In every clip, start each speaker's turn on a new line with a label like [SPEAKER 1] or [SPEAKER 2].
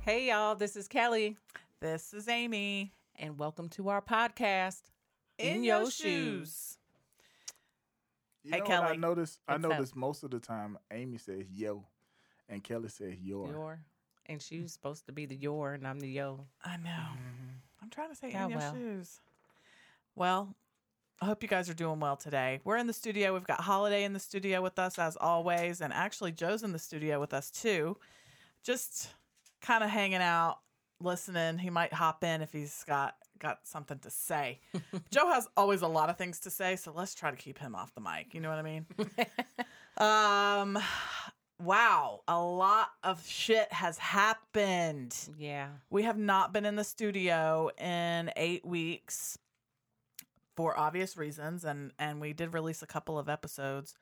[SPEAKER 1] Hey, y'all, this is Kelly,
[SPEAKER 2] This is Amy.
[SPEAKER 1] and welcome to our podcast, In Your Shoes.
[SPEAKER 3] You
[SPEAKER 2] Hey,
[SPEAKER 3] know what I
[SPEAKER 2] Kelly,
[SPEAKER 3] notice. I
[SPEAKER 1] what's up?
[SPEAKER 3] notice most of the time Amy says yo, and Kelly says your.
[SPEAKER 1] Your. And she's supposed to be the your, and I'm the yo.
[SPEAKER 2] I know. I'm trying to say
[SPEAKER 1] Mm-hmm. Yeah,
[SPEAKER 2] in your
[SPEAKER 1] well.
[SPEAKER 2] shoes. Well, I hope you guys are doing well today. We're in the studio. We've got Holiday in the studio with us as always, and actually Joe's in the studio with us too. Just kind of hanging out, listening. He might hop in if he's got got something to say. Joe has always a lot of things to say, so let's try to keep him off the mic. You know what I mean? um wow, a lot of shit has happened.
[SPEAKER 1] Yeah.
[SPEAKER 2] We have not been in the studio in eight weeks for obvious reasons, and and we did release a couple of episodes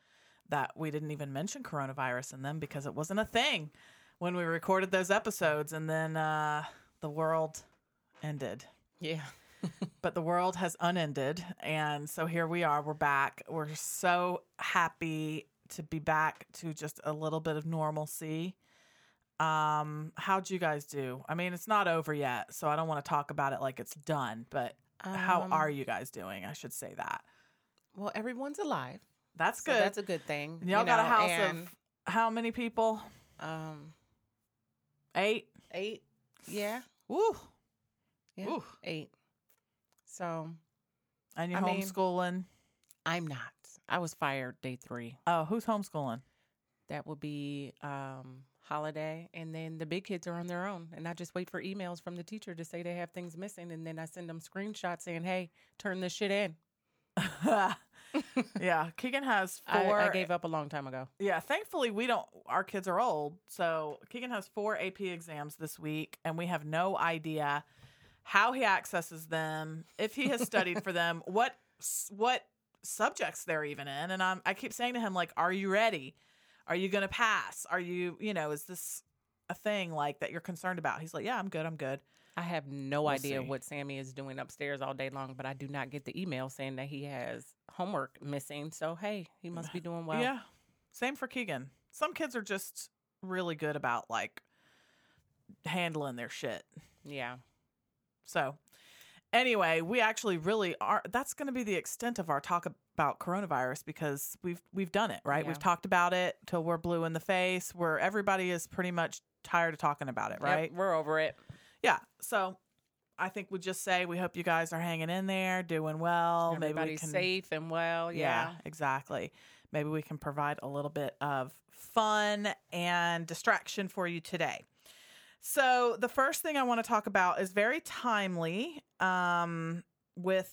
[SPEAKER 2] that we didn't even mention coronavirus in them because it wasn't a thing when we recorded those episodes, and then uh, the world ended.
[SPEAKER 1] Yeah.
[SPEAKER 2] But the world has unended, and so here we are. We're back. We're so happy to be back to just a little bit of normalcy. Um, how'd you guys do? I mean, it's not over yet, so I don't want to talk about it like it's done. But how
[SPEAKER 1] Um,
[SPEAKER 2] are you guys doing? I should say that.
[SPEAKER 1] Well, everyone's alive.
[SPEAKER 2] That's
[SPEAKER 1] So
[SPEAKER 2] good.
[SPEAKER 1] that's a good thing.
[SPEAKER 2] And y'all got a
[SPEAKER 1] know,
[SPEAKER 2] house
[SPEAKER 1] and,
[SPEAKER 2] of how many people?
[SPEAKER 1] um,
[SPEAKER 2] Eight.
[SPEAKER 1] eight. Yeah.
[SPEAKER 2] Woo.
[SPEAKER 1] yeah
[SPEAKER 2] Ooh.
[SPEAKER 1] Eight. So
[SPEAKER 2] And you're
[SPEAKER 1] I mean-
[SPEAKER 2] homeschooling.
[SPEAKER 1] I'm not. I was fired day three.
[SPEAKER 2] oh, who's homeschooling?
[SPEAKER 1] That would be um, holiday. And then the big kids are on their own. And I just wait for emails from the teacher to say they have things missing. And then I send them screenshots saying, hey, turn this shit in.
[SPEAKER 2] yeah, Keegan has
[SPEAKER 1] I,
[SPEAKER 2] four.
[SPEAKER 1] I gave up a long time ago.
[SPEAKER 2] Yeah, thankfully we don't. Our kids are old, so Keegan has four AP exams this week, and we have no idea how he accesses them, if he has studied for them, what s- what subjects they're even in. And I'm, I keep saying to him, like, "Are you ready? Are you going to pass? Are you, you know, is this a thing like that you're concerned about?" He's like, "Yeah, I'm good. I'm good."
[SPEAKER 1] I have no
[SPEAKER 2] We'll
[SPEAKER 1] idea
[SPEAKER 2] see.
[SPEAKER 1] what Sammy is doing upstairs all day long, but I do not get the email saying that he has homework missing. So, hey, he must be doing well.
[SPEAKER 2] Yeah. Same for Keegan. Some kids are just really good about like handling their shit.
[SPEAKER 1] Yeah.
[SPEAKER 2] So, anyway, we actually really are. That's going to be the extent of our talk about coronavirus because we've we've done it right.
[SPEAKER 1] Yeah.
[SPEAKER 2] We've talked about it till we're blue in the face. Where everybody is pretty much tired of talking about it,
[SPEAKER 1] Yep,
[SPEAKER 2] right?
[SPEAKER 1] we're over it.
[SPEAKER 2] Yeah. So. I think we just say we hope you guys are hanging in there, doing well. Maybe we
[SPEAKER 1] Everybody's
[SPEAKER 2] can
[SPEAKER 1] safe and well.
[SPEAKER 2] yeah,
[SPEAKER 1] Oh, Yeah.
[SPEAKER 2] exactly. Maybe we can provide a little bit of fun and distraction for you today. So, the first thing I want to talk about is very timely um, with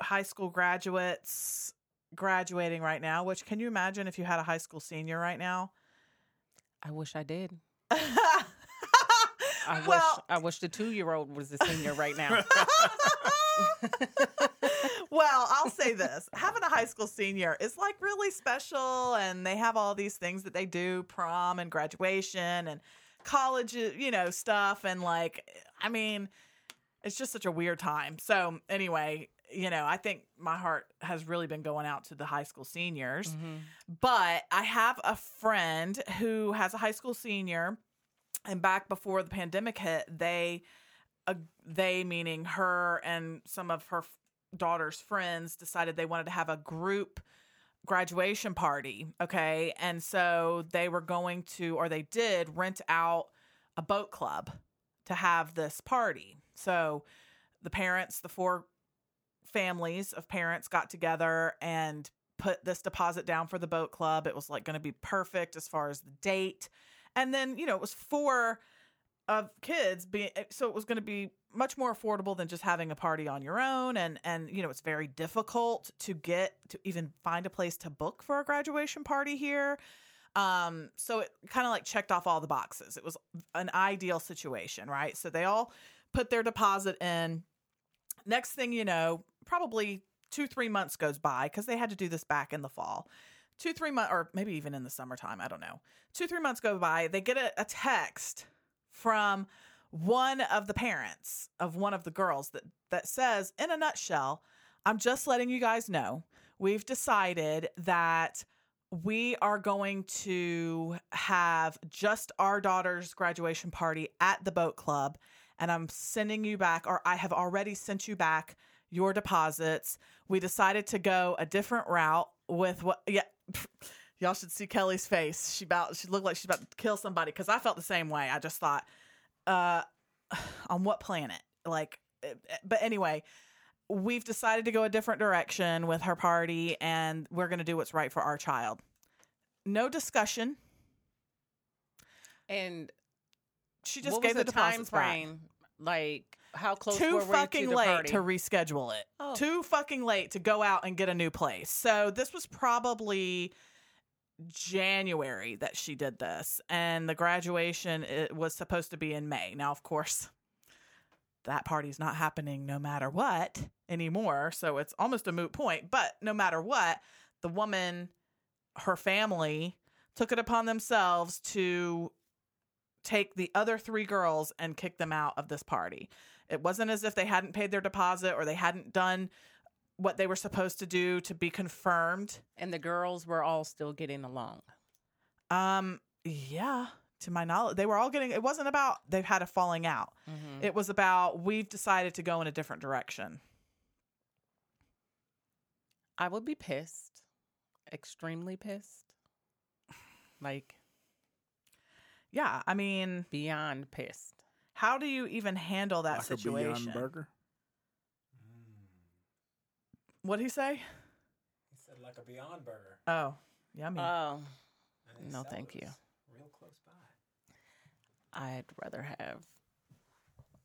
[SPEAKER 2] high school graduates graduating right now, which can you imagine if you had a high school senior right now?
[SPEAKER 1] I wish I did. I
[SPEAKER 2] I
[SPEAKER 1] wish I wish the two year old was the senior right now.
[SPEAKER 2] well, I'll say this having a high school senior is like really special, and they have all these things that they do prom and graduation and college, uh, you know, stuff. And like, I mean, it's just such a weird time. So, anyway, you know, I think my heart has really been going out to the high school seniors. But I have a friend who has a high school senior, and back before the pandemic hit, they, uh, they meaning her and some of her f- daughter's friends, decided they wanted to have a group graduation party. Okay, and so they were going to, or they did, rent out a boat club to have this party. So the parents, the four families of parents got together and put this deposit down for the boat club. It was like going to be perfect as far as the date. And then, you know, it was four of kids being so it was going to be much more affordable than just having a party on your own and and you know it's very difficult to get to even find a place to book for a graduation party here um so it kind of like checked off all the boxes it was an ideal situation right so they all put their deposit in next thing you know, probably two, three months goes by because they had to do this back in the fall. Two, three months, or maybe even in the summertime, I don't know. Two, three months go by. They get a, a text from one of the parents of one of the girls that, that says, in a nutshell, I'm just letting you guys know we've decided that we are going to have just our daughter's graduation party at the boat club. And I'm sending you back, or I have already sent you back your deposits. We decided to go a different route with what, yeah. Y'all should see Kelly's face. She about she looked like she's about to kill somebody because I felt the same way. I just thought, uh, on what planet? Like, eh, eh, but anyway, we've decided to go a different direction with her party and we're going to do what's right for our child. No discussion.
[SPEAKER 1] And
[SPEAKER 2] She just
[SPEAKER 1] what
[SPEAKER 2] gave
[SPEAKER 1] was
[SPEAKER 2] the
[SPEAKER 1] time
[SPEAKER 2] deposits back.
[SPEAKER 1] frame? Like how close
[SPEAKER 2] Too
[SPEAKER 1] were
[SPEAKER 2] fucking
[SPEAKER 1] we to the
[SPEAKER 2] late
[SPEAKER 1] party?
[SPEAKER 2] to reschedule it.
[SPEAKER 1] Oh.
[SPEAKER 2] Too fucking late to go out and get a new place. So this was probably January that she did this and the graduation it was supposed to be in May. Now of course that party's not happening no matter what anymore. So it's almost a moot point. But no matter what, the woman, her family, took it upon themselves to take the other three girls and kick them out of this party. It wasn't as if they hadn't paid their deposit or they hadn't done what they were supposed to do to be confirmed.
[SPEAKER 1] and the girls were all still getting along.
[SPEAKER 2] Um, yeah, to my knowledge, they were all getting it wasn't about they've had a falling out.
[SPEAKER 1] Mhm.
[SPEAKER 2] It was about we've decided to go in a different direction.
[SPEAKER 1] I would be pissed, extremely pissed, like
[SPEAKER 2] Yeah, I mean,
[SPEAKER 1] beyond pissed.
[SPEAKER 2] How do you even handle that
[SPEAKER 3] like a
[SPEAKER 2] situation?
[SPEAKER 3] Beyond Burger.
[SPEAKER 2] What'd he say?
[SPEAKER 4] He said like a Beyond Burger.
[SPEAKER 2] Oh, yummy.
[SPEAKER 1] Oh,
[SPEAKER 4] And they
[SPEAKER 1] No,
[SPEAKER 4] sell
[SPEAKER 1] thank you.
[SPEAKER 4] those Real close by.
[SPEAKER 1] I'd rather have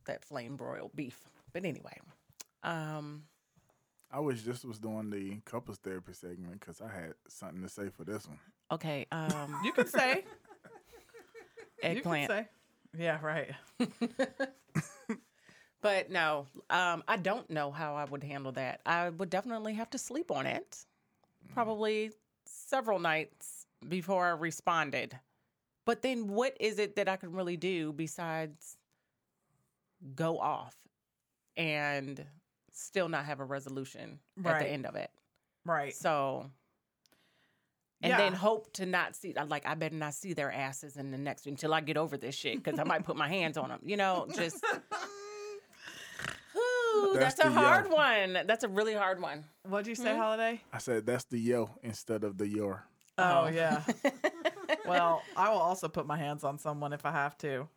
[SPEAKER 1] that flame broiled beef. But anyway, um,
[SPEAKER 3] I wish this was doing the couples therapy segment because I had something to say for this one.
[SPEAKER 1] okay, um,
[SPEAKER 2] you can say. you can
[SPEAKER 1] eggplant.
[SPEAKER 2] say. Yeah, right.
[SPEAKER 1] But no, um, I don't know how I would handle that. I would definitely have to sleep on it, probably several nights before I responded. But then, what is it that I can really do besides go off and still not have a resolution at
[SPEAKER 2] Right.
[SPEAKER 1] the end of it?
[SPEAKER 2] Right.
[SPEAKER 1] So, and
[SPEAKER 2] Yeah.
[SPEAKER 1] then hope to not see, I'm like, I better not see their asses in the next until I get over this shit because I might put my hands on them. You know, just. Ooh,
[SPEAKER 3] That's
[SPEAKER 1] that's,
[SPEAKER 3] the
[SPEAKER 1] a hard
[SPEAKER 3] yell.
[SPEAKER 1] one. That's a really hard one.
[SPEAKER 2] What'd you say,
[SPEAKER 1] hmm?
[SPEAKER 2] Holiday?
[SPEAKER 3] I said that's the yo instead of the your.
[SPEAKER 2] Oh, yeah. well, I will also put my hands on someone if I have to.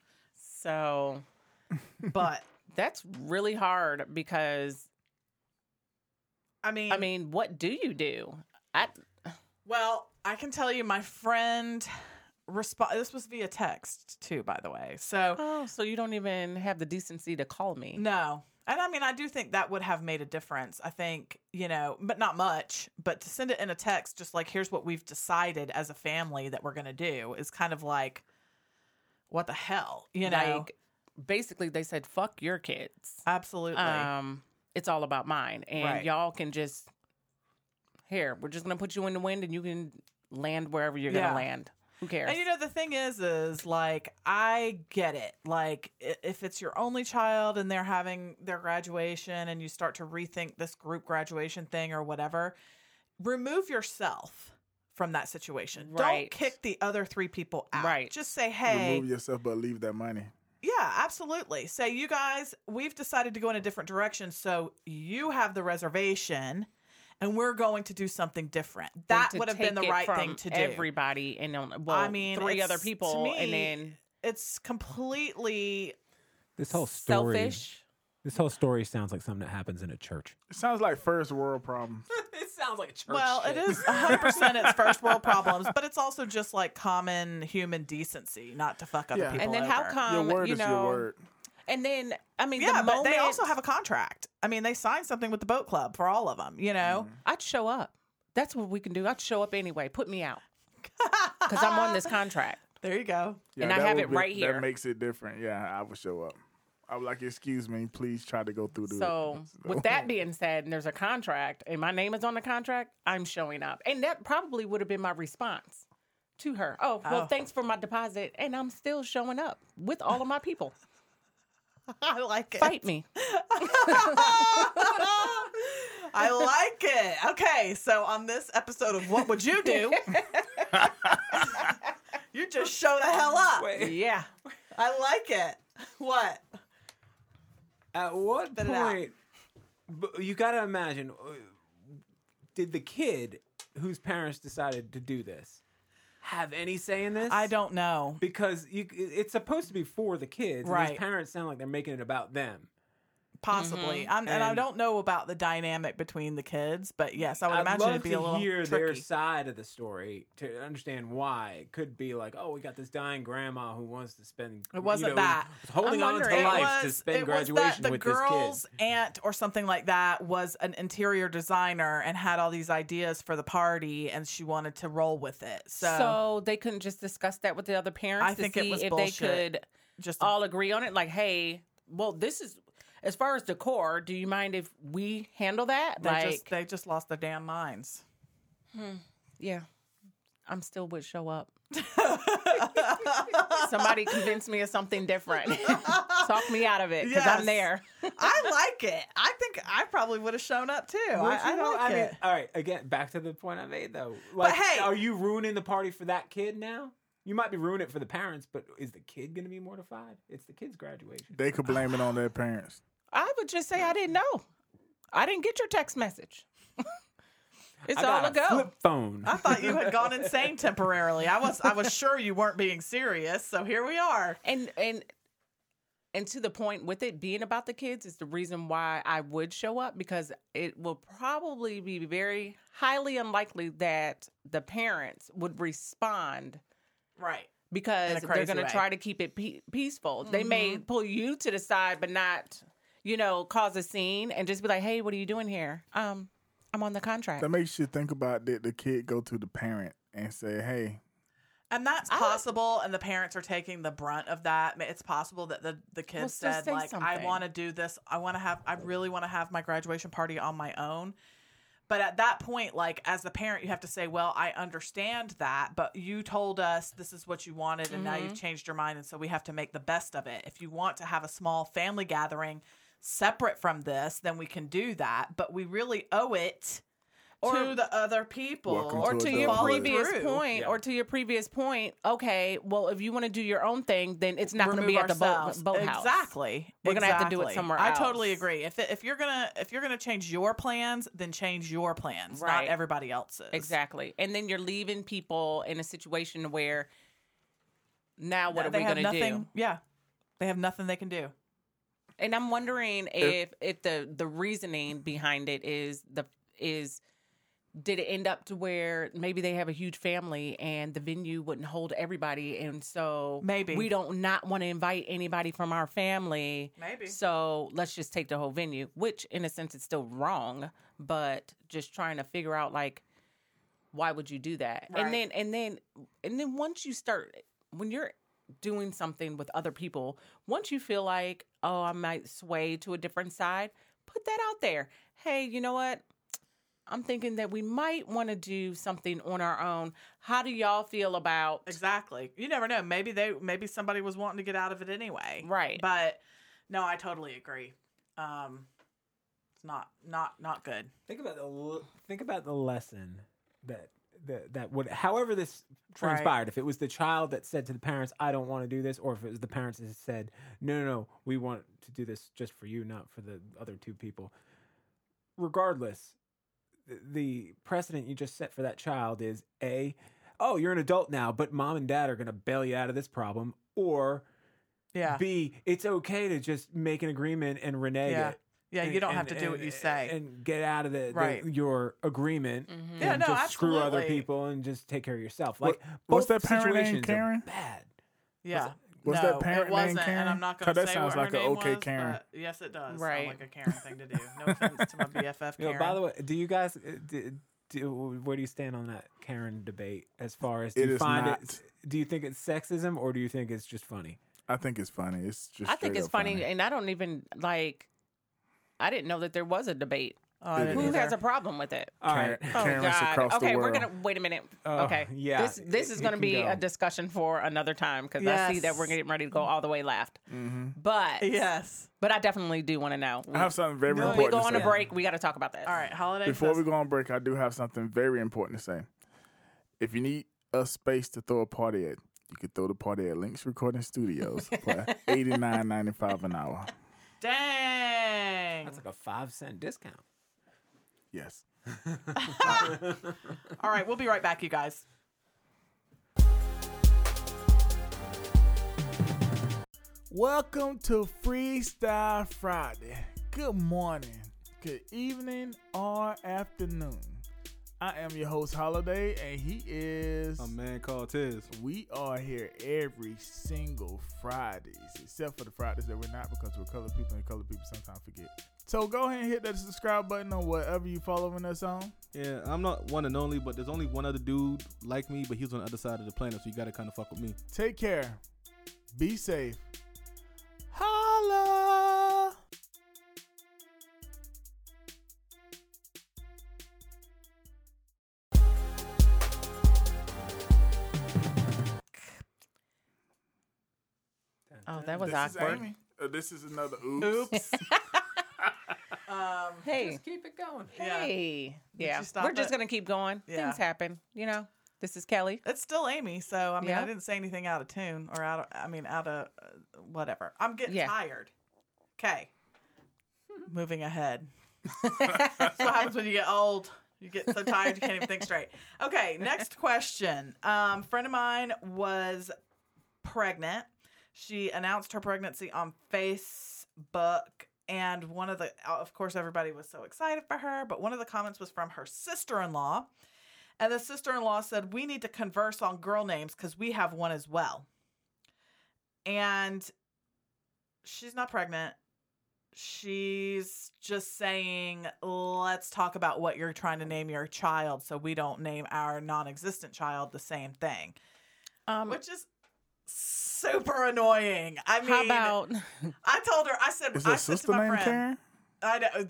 [SPEAKER 1] So
[SPEAKER 2] But
[SPEAKER 1] that's really hard because,
[SPEAKER 2] I mean,
[SPEAKER 1] I mean, what do you do? I,
[SPEAKER 2] well, I can tell you, my friend. Resp- this was via text too, by the way. So
[SPEAKER 1] oh, so you don't even have the decency to call me.
[SPEAKER 2] No. And I mean, I do think that would have made a difference. I think, you know, but not much. But to send it in a text, just like, here's what we've decided as a family that we're going to do is kind of like, what the hell? You know?
[SPEAKER 1] Like, basically, they said, fuck your kids.
[SPEAKER 2] Absolutely.
[SPEAKER 1] Um, it's all about mine. And
[SPEAKER 2] Right.
[SPEAKER 1] y'all can just, here, we're just going to put you in the wind and you can land wherever you're
[SPEAKER 2] Yeah.
[SPEAKER 1] going to land. Who cares?
[SPEAKER 2] And you know the thing is, is like I get it. Like i- if it's your only child and they're having their graduation, and you start to rethink this group graduation thing or whatever, remove yourself from that situation. Don't
[SPEAKER 1] Right.
[SPEAKER 2] kick the other three people out.
[SPEAKER 1] Right.
[SPEAKER 2] Just say, hey,
[SPEAKER 3] Remove yourself, but leave that money.
[SPEAKER 2] yeah, absolutely. Say, you guys, we've decided to go in a different direction. So you have the reservation. And we're going to do something different.
[SPEAKER 1] than
[SPEAKER 2] That
[SPEAKER 1] to
[SPEAKER 2] would have been
[SPEAKER 1] take
[SPEAKER 2] the
[SPEAKER 1] it
[SPEAKER 2] right
[SPEAKER 1] from
[SPEAKER 2] thing to do.
[SPEAKER 1] Everybody and on, well,
[SPEAKER 2] mean,
[SPEAKER 1] three other
[SPEAKER 2] it's- to
[SPEAKER 1] people,
[SPEAKER 2] me,
[SPEAKER 1] and then
[SPEAKER 2] it's completely
[SPEAKER 4] This
[SPEAKER 3] Oh,
[SPEAKER 4] whole story.
[SPEAKER 1] selfish.
[SPEAKER 4] This whole story sounds like something that happens in a church.
[SPEAKER 3] It sounds like first world problems.
[SPEAKER 4] it sounds like a church.
[SPEAKER 2] well it is 100% it's first world problems but it's also just like common human decency not to fuck other
[SPEAKER 3] Yeah.
[SPEAKER 2] people
[SPEAKER 1] And then how
[SPEAKER 2] over.
[SPEAKER 1] come
[SPEAKER 3] your word
[SPEAKER 1] Um, you
[SPEAKER 3] is
[SPEAKER 1] know?
[SPEAKER 3] your word.
[SPEAKER 1] And then I mean,
[SPEAKER 2] yeah
[SPEAKER 1] the
[SPEAKER 2] but they
[SPEAKER 1] moment-
[SPEAKER 2] also have a contract i mean they signed something with the boat club for all of them you know
[SPEAKER 4] Mm-hmm.
[SPEAKER 1] I'd show up. That's what we can do. I'd show up anyway. Put me out because I'm on this contract.
[SPEAKER 2] there you go
[SPEAKER 3] Yeah,
[SPEAKER 1] And I
[SPEAKER 3] that
[SPEAKER 1] have
[SPEAKER 3] would
[SPEAKER 1] it right
[SPEAKER 3] That
[SPEAKER 1] here.
[SPEAKER 3] makes it different. Yeah, I would show up. I would like, excuse me, please try to go through the.
[SPEAKER 1] So, with that being said, and there's a contract, and my name is on the contract, I'm showing up. And that probably would have been my response to her. Oh, well,
[SPEAKER 2] Oh.
[SPEAKER 1] thanks for my deposit, and I'm still showing up with all of my people.
[SPEAKER 2] i like it
[SPEAKER 1] Fight me.
[SPEAKER 2] I like it. Okay, so on this episode of What Would You Do? you just show the hell up.
[SPEAKER 4] Wait,
[SPEAKER 1] yeah.
[SPEAKER 2] I like it. What?
[SPEAKER 4] at what
[SPEAKER 2] Spit it out.
[SPEAKER 4] point? but You got to imagine. uh, Did the kid whose parents decided to do this have any say in this?
[SPEAKER 2] I don't know.
[SPEAKER 4] because you, it's supposed to be for the kids. and
[SPEAKER 2] Right.
[SPEAKER 4] these parents sound like they're making it about them.
[SPEAKER 2] Possibly. I'm, Mm-hmm. and, I
[SPEAKER 4] And-
[SPEAKER 2] don't know about the dynamic between the kids, but yes, I would
[SPEAKER 4] I'd
[SPEAKER 2] imagine
[SPEAKER 4] love
[SPEAKER 2] it'd be
[SPEAKER 4] to
[SPEAKER 2] a little
[SPEAKER 4] hear their
[SPEAKER 2] tricky.
[SPEAKER 4] side of the story to understand why it could be like, oh, we got this dying grandma who wants to spend.
[SPEAKER 2] It wasn't
[SPEAKER 4] you know,
[SPEAKER 2] that.
[SPEAKER 4] is holding
[SPEAKER 1] I'm
[SPEAKER 4] on to
[SPEAKER 1] wondering-
[SPEAKER 4] life
[SPEAKER 2] it
[SPEAKER 4] to
[SPEAKER 2] was-
[SPEAKER 4] spend
[SPEAKER 2] it was that
[SPEAKER 4] graduation
[SPEAKER 2] the
[SPEAKER 4] with
[SPEAKER 2] girl's
[SPEAKER 4] this
[SPEAKER 2] aunt or something like that was an interior designer and had all these ideas for the party, and she wanted to roll with it.
[SPEAKER 1] So,
[SPEAKER 2] So,
[SPEAKER 1] they couldn't just discuss that with the other parents
[SPEAKER 2] I
[SPEAKER 1] to
[SPEAKER 2] think it
[SPEAKER 1] see
[SPEAKER 2] was
[SPEAKER 1] if
[SPEAKER 2] bullshit.
[SPEAKER 1] they could
[SPEAKER 2] just
[SPEAKER 1] all agree on it. Like, hey, well, this is as far as decor. Do you mind if we handle that?
[SPEAKER 2] they
[SPEAKER 1] like,
[SPEAKER 2] just they just lost their damn minds.
[SPEAKER 1] yeah, I'm still would show up. Somebody convince me of something different. Talk me out of it because
[SPEAKER 2] Yes.
[SPEAKER 1] I'm there.
[SPEAKER 2] I like it. I think I probably would have shown up too.
[SPEAKER 4] kid. Well,
[SPEAKER 2] I, I
[SPEAKER 4] you know,
[SPEAKER 2] like
[SPEAKER 4] I mean,
[SPEAKER 2] it.
[SPEAKER 4] all right. Again, back to the point I made though. Like,
[SPEAKER 2] hey-
[SPEAKER 4] are you ruining the party for that kid now? You might be ruining it for the parents, but is the kid going to be mortified? It's the kid's graduation.
[SPEAKER 3] They could blame it on their parents.
[SPEAKER 1] I would just say I didn't know. I didn't get your text message. it's
[SPEAKER 4] I got
[SPEAKER 1] all a
[SPEAKER 4] a
[SPEAKER 1] go.
[SPEAKER 4] flip phone.
[SPEAKER 2] I thought you had gone insane temporarily. I was I was sure you weren't being serious. So here we are.
[SPEAKER 1] and and and to the point with it being about the kids is the reason why I would show up because it will probably be very highly unlikely that the parents would respond
[SPEAKER 2] Right.
[SPEAKER 1] because they're
[SPEAKER 2] crazy
[SPEAKER 1] going to
[SPEAKER 2] way. Mm-hmm.
[SPEAKER 1] try to keep it pe- peaceful. They may pull you to the side but not, you know, cause a scene and just be like, "Hey, what are you doing here?" Um, I'm on the contract.
[SPEAKER 3] That makes you think about did the kid go to the parent and say, hey,
[SPEAKER 2] And that's possible, and the parents are taking the brunt of that. I mean, It's possible that the, the kid
[SPEAKER 1] Well, so
[SPEAKER 2] said,
[SPEAKER 1] say
[SPEAKER 2] like, I
[SPEAKER 1] something.
[SPEAKER 2] want to do this. I want to have, I really want to have my graduation party on my own. But at that point, like, as the parent, you have to say, well, I understand that, but you told us this is what you wanted, and now
[SPEAKER 1] Mm-hmm.
[SPEAKER 2] you've changed your mind. And so we have to make the best of it. If you want to have a small family gathering separate from this, then we can do that. But we really owe it. to
[SPEAKER 1] Or-
[SPEAKER 2] the other people,
[SPEAKER 3] Welcome
[SPEAKER 1] or
[SPEAKER 3] to
[SPEAKER 1] to
[SPEAKER 3] adult
[SPEAKER 1] your
[SPEAKER 3] follow
[SPEAKER 1] previous
[SPEAKER 2] through.
[SPEAKER 1] point,
[SPEAKER 4] Yeah.
[SPEAKER 1] or to your previous point, okay, well, if you want to do your own thing, then it's not going to
[SPEAKER 2] remove
[SPEAKER 1] be at the boat,
[SPEAKER 2] ourselves.
[SPEAKER 1] boathouse.
[SPEAKER 2] Exactly.
[SPEAKER 1] We're gonna have to do it
[SPEAKER 2] Exactly.
[SPEAKER 1] somewhere
[SPEAKER 2] I totally
[SPEAKER 1] else.
[SPEAKER 2] agree. If if you're gonna if you're gonna change your plans, then change your plans, not
[SPEAKER 1] Right.
[SPEAKER 2] everybody else's.
[SPEAKER 1] Exactly. And then you're leaving people in a situation where now what
[SPEAKER 2] Th-
[SPEAKER 1] are
[SPEAKER 2] they
[SPEAKER 1] we
[SPEAKER 2] have
[SPEAKER 1] going to
[SPEAKER 2] nothing,
[SPEAKER 1] do?
[SPEAKER 2] Yeah, they have nothing they can do.
[SPEAKER 1] And I'm wondering if if the the reasoning behind it is the is did it end up to where maybe they have a huge family and the venue wouldn't hold everybody and so
[SPEAKER 2] Maybe.
[SPEAKER 1] we don't not want to invite anybody from our family
[SPEAKER 2] Maybe.
[SPEAKER 1] so let's just take the whole venue which in a sense it's still wrong but just trying to figure out like why would you do that
[SPEAKER 2] Right.
[SPEAKER 1] and then and then and then once you start when you're doing something with other people once you feel like oh i might sway to a different side put that out there hey you know what i'm thinking that we might want to do something on our own how do y'all feel about
[SPEAKER 2] Exactly. You never know. Maybe they maybe somebody was wanting to get out of it anyway.
[SPEAKER 1] Right.
[SPEAKER 2] But no, I totally agree. Um, it's not not not good.
[SPEAKER 4] Think about the l- think about the lesson that that that would however this transpired. If it was the child that said to the parents, "I don't want to do this," or if it was the parents that said, "No, no, no, we want to do this just for you, not for the other two people." Regardless, th- the precedent you just set for that child is a, oh, you're an adult now, but mom and dad are going to bail you out of this problem, or
[SPEAKER 2] Yeah.
[SPEAKER 4] b, it's okay to just make an agreement and renege
[SPEAKER 2] Yeah.
[SPEAKER 4] it
[SPEAKER 2] yeah.
[SPEAKER 4] and-
[SPEAKER 2] You don't
[SPEAKER 4] and-
[SPEAKER 2] have to do what you
[SPEAKER 4] and-
[SPEAKER 2] say.
[SPEAKER 4] and get out of the, the-
[SPEAKER 2] Right. Mm-hmm.
[SPEAKER 4] your agreement.
[SPEAKER 3] Mm-hmm.
[SPEAKER 2] Yeah,
[SPEAKER 4] and
[SPEAKER 2] no,
[SPEAKER 4] just screw other
[SPEAKER 2] absolutely.
[SPEAKER 4] people and just take care of yourself.
[SPEAKER 3] What-
[SPEAKER 4] Like
[SPEAKER 3] what's
[SPEAKER 4] both
[SPEAKER 3] that parent name,
[SPEAKER 4] situations are
[SPEAKER 3] Karen?
[SPEAKER 4] Bad.
[SPEAKER 2] Yeah.
[SPEAKER 3] Was
[SPEAKER 2] no,
[SPEAKER 3] that parent
[SPEAKER 2] it
[SPEAKER 3] name
[SPEAKER 2] wasn't,
[SPEAKER 3] Karen?
[SPEAKER 2] And I'm not going
[SPEAKER 3] 'Cause
[SPEAKER 2] to
[SPEAKER 3] that
[SPEAKER 2] say
[SPEAKER 3] sounds
[SPEAKER 2] what
[SPEAKER 3] like
[SPEAKER 2] her
[SPEAKER 3] a
[SPEAKER 2] name
[SPEAKER 3] okay
[SPEAKER 2] was,
[SPEAKER 3] Karen.
[SPEAKER 2] but yes, it does.
[SPEAKER 1] Right.
[SPEAKER 2] Sound like a Karen thing to do. No offense to my BFF
[SPEAKER 4] You
[SPEAKER 2] Karen.
[SPEAKER 4] know, by the way, do you guys? uh, Do, do, where do you stand on that Karen debate? As far as do
[SPEAKER 3] It
[SPEAKER 4] you
[SPEAKER 3] is
[SPEAKER 4] find
[SPEAKER 3] not.
[SPEAKER 4] it? Do you think it's sexism or do you think it's just funny?
[SPEAKER 3] I think it's funny. It's just
[SPEAKER 1] I think
[SPEAKER 3] straight
[SPEAKER 1] it's
[SPEAKER 3] up
[SPEAKER 1] funny, and I don't even like. I didn't know that there was a debate.
[SPEAKER 2] Oh, I
[SPEAKER 3] It
[SPEAKER 2] didn't
[SPEAKER 3] is.
[SPEAKER 1] Who
[SPEAKER 2] either.
[SPEAKER 1] has a problem with it?
[SPEAKER 4] All
[SPEAKER 3] Karen-
[SPEAKER 4] right.
[SPEAKER 1] Oh
[SPEAKER 3] Karen's
[SPEAKER 1] God!
[SPEAKER 3] across the
[SPEAKER 1] okay, we're
[SPEAKER 3] world.
[SPEAKER 1] gonna wait a minute.
[SPEAKER 4] Oh,
[SPEAKER 1] okay,
[SPEAKER 4] yeah,
[SPEAKER 1] This this
[SPEAKER 4] it-
[SPEAKER 1] is
[SPEAKER 4] it
[SPEAKER 1] gonna
[SPEAKER 4] can
[SPEAKER 1] be a
[SPEAKER 4] go.
[SPEAKER 1] discussion for another time because I see that we're
[SPEAKER 2] Yes.
[SPEAKER 1] getting ready to go all the way left.
[SPEAKER 4] Mm-hmm.
[SPEAKER 1] But
[SPEAKER 2] Yes.
[SPEAKER 1] but I definitely do want to know.
[SPEAKER 3] I have something very
[SPEAKER 1] When we
[SPEAKER 3] important
[SPEAKER 1] go
[SPEAKER 3] to
[SPEAKER 1] on
[SPEAKER 3] say.
[SPEAKER 1] a break, we got to talk about this.
[SPEAKER 2] All right. Holiday.
[SPEAKER 3] Before we
[SPEAKER 2] fest-
[SPEAKER 3] go on break, I do have something very important to say. If you need a space to throw a party at, you can throw the party at Links Recording Studios for eighty nine ninety five an hour.
[SPEAKER 2] Dang.
[SPEAKER 4] That's like a five cent discount.
[SPEAKER 3] Yes.
[SPEAKER 2] All right. We'll be right back, you guys.
[SPEAKER 3] Welcome to Freestyle Friday. Good morning, good evening, or afternoon. I am your host, Holiday, and he is.
[SPEAKER 5] A man called Tiz.
[SPEAKER 3] We are here every single Fridays, except for the Fridays that we're not because we're colored people and colored people sometimes forget. So go ahead and hit that subscribe button on whatever you following us on.
[SPEAKER 5] Yeah, I'm not one and only, but there's only one other dude like me, but he's on the other side of the planet, so you gotta kind of fuck with me.
[SPEAKER 3] Take care. Be safe. Holla!
[SPEAKER 1] Oh, that was
[SPEAKER 3] this
[SPEAKER 1] awkward.
[SPEAKER 3] Is Amy. Uh, this is another oops.
[SPEAKER 2] Oops. um,
[SPEAKER 1] Hey,
[SPEAKER 4] Just keep it going.
[SPEAKER 2] yeah.
[SPEAKER 1] hey, yeah.
[SPEAKER 2] you stop
[SPEAKER 1] We're just
[SPEAKER 2] it?
[SPEAKER 1] gonna keep going.
[SPEAKER 2] Yeah.
[SPEAKER 1] Things happen, you know. This is Kelly.
[SPEAKER 2] It's still Amy, so I mean,
[SPEAKER 1] Yeah.
[SPEAKER 2] I didn't say anything out of tune or out. Of, I mean, out of uh, whatever. I'm getting
[SPEAKER 1] Yeah.
[SPEAKER 2] tired. Okay, moving ahead. That's what happens when you get old. You get so tired you can't even think straight. Okay, next question. Um, friend of mine was pregnant. She announced her pregnancy on Facebook, and one of the, of course, everybody was so excited for her. But one of the comments was from her sister-in-law. And the sister in law said, We need to converse on girl names because we have one as well. And she's not pregnant. She's just saying, Let's talk about what you're trying to name your child so we don't name our non existent child the same thing,
[SPEAKER 1] Um,
[SPEAKER 2] which is super annoying. I mean,
[SPEAKER 1] how about
[SPEAKER 2] I told her, I said,
[SPEAKER 3] Is
[SPEAKER 2] I
[SPEAKER 3] your
[SPEAKER 2] said
[SPEAKER 3] sister
[SPEAKER 2] to my
[SPEAKER 3] named
[SPEAKER 2] friend,
[SPEAKER 3] Karen?
[SPEAKER 2] I know.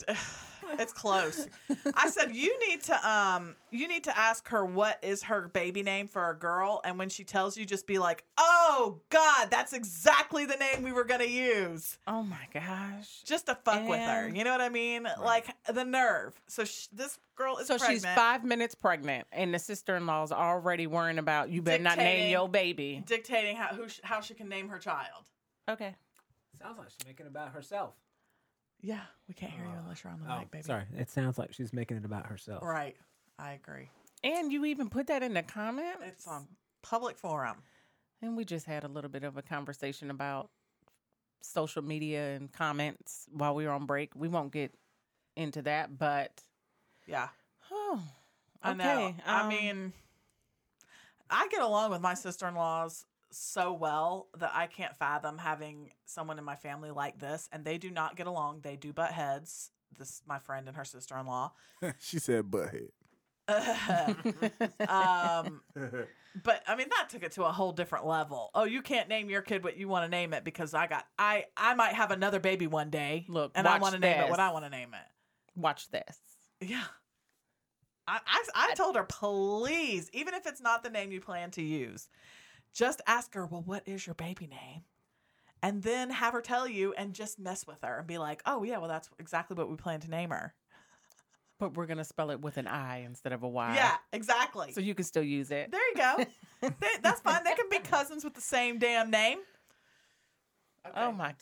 [SPEAKER 2] It's close. I said you need to um you need to ask her what is her baby name for a girl, and when she tells you, just be like, "Oh God, that's exactly the name we were gonna use,"
[SPEAKER 1] Oh my gosh.
[SPEAKER 2] just to fuck with her.
[SPEAKER 1] And-
[SPEAKER 2] You know what I mean? Like the nerve. So sh this girl is
[SPEAKER 1] So
[SPEAKER 2] pregnant.
[SPEAKER 1] she's five minutes pregnant, and the sister in law's already worrying about you better not
[SPEAKER 2] Dictating.
[SPEAKER 1] name your baby.
[SPEAKER 2] dictating how who sh- how she can name her child.
[SPEAKER 1] Okay.
[SPEAKER 4] Sounds like she's making it about herself.
[SPEAKER 2] Yeah, we can't hear you unless you're on the
[SPEAKER 4] Oh,
[SPEAKER 2] mic, baby.
[SPEAKER 4] sorry. It sounds like she's making it about herself.
[SPEAKER 2] Right. I agree.
[SPEAKER 1] And you even put that in the comments.
[SPEAKER 2] It's on public forum.
[SPEAKER 1] And we just had a little bit of a conversation about social media and comments while we were on break. We won't get into that, but
[SPEAKER 2] Yeah.
[SPEAKER 1] oh,
[SPEAKER 2] I know.
[SPEAKER 1] okay,
[SPEAKER 2] I
[SPEAKER 1] um,
[SPEAKER 2] mean, I get along with my sister in laws so well that I can't fathom having someone in my family like this. And they do not get along. They do butt heads. This my friend and her sister in law.
[SPEAKER 3] she said butthead.
[SPEAKER 2] um, but I mean, that took it to a whole different level. Oh, you can't name your kid what you want to name it because I got I I might have another baby one day.
[SPEAKER 1] Look,
[SPEAKER 2] and I
[SPEAKER 1] watch
[SPEAKER 2] want to name it
[SPEAKER 1] this.
[SPEAKER 2] what I want to name it.
[SPEAKER 1] watch this.
[SPEAKER 2] Yeah. I, I, I told her, please, even if it's not the name you plan to use, just ask her, well, what is your baby name? And then have her tell you and just mess with her and be like, oh, yeah, well, that's exactly what we plan to name her.
[SPEAKER 1] But we're gonna spell it with an I instead of a Y.
[SPEAKER 2] Yeah, exactly.
[SPEAKER 1] So you can still use it.
[SPEAKER 2] there you go. They- that's fine. They can be cousins with the same damn name.
[SPEAKER 1] Oh my
[SPEAKER 2] Is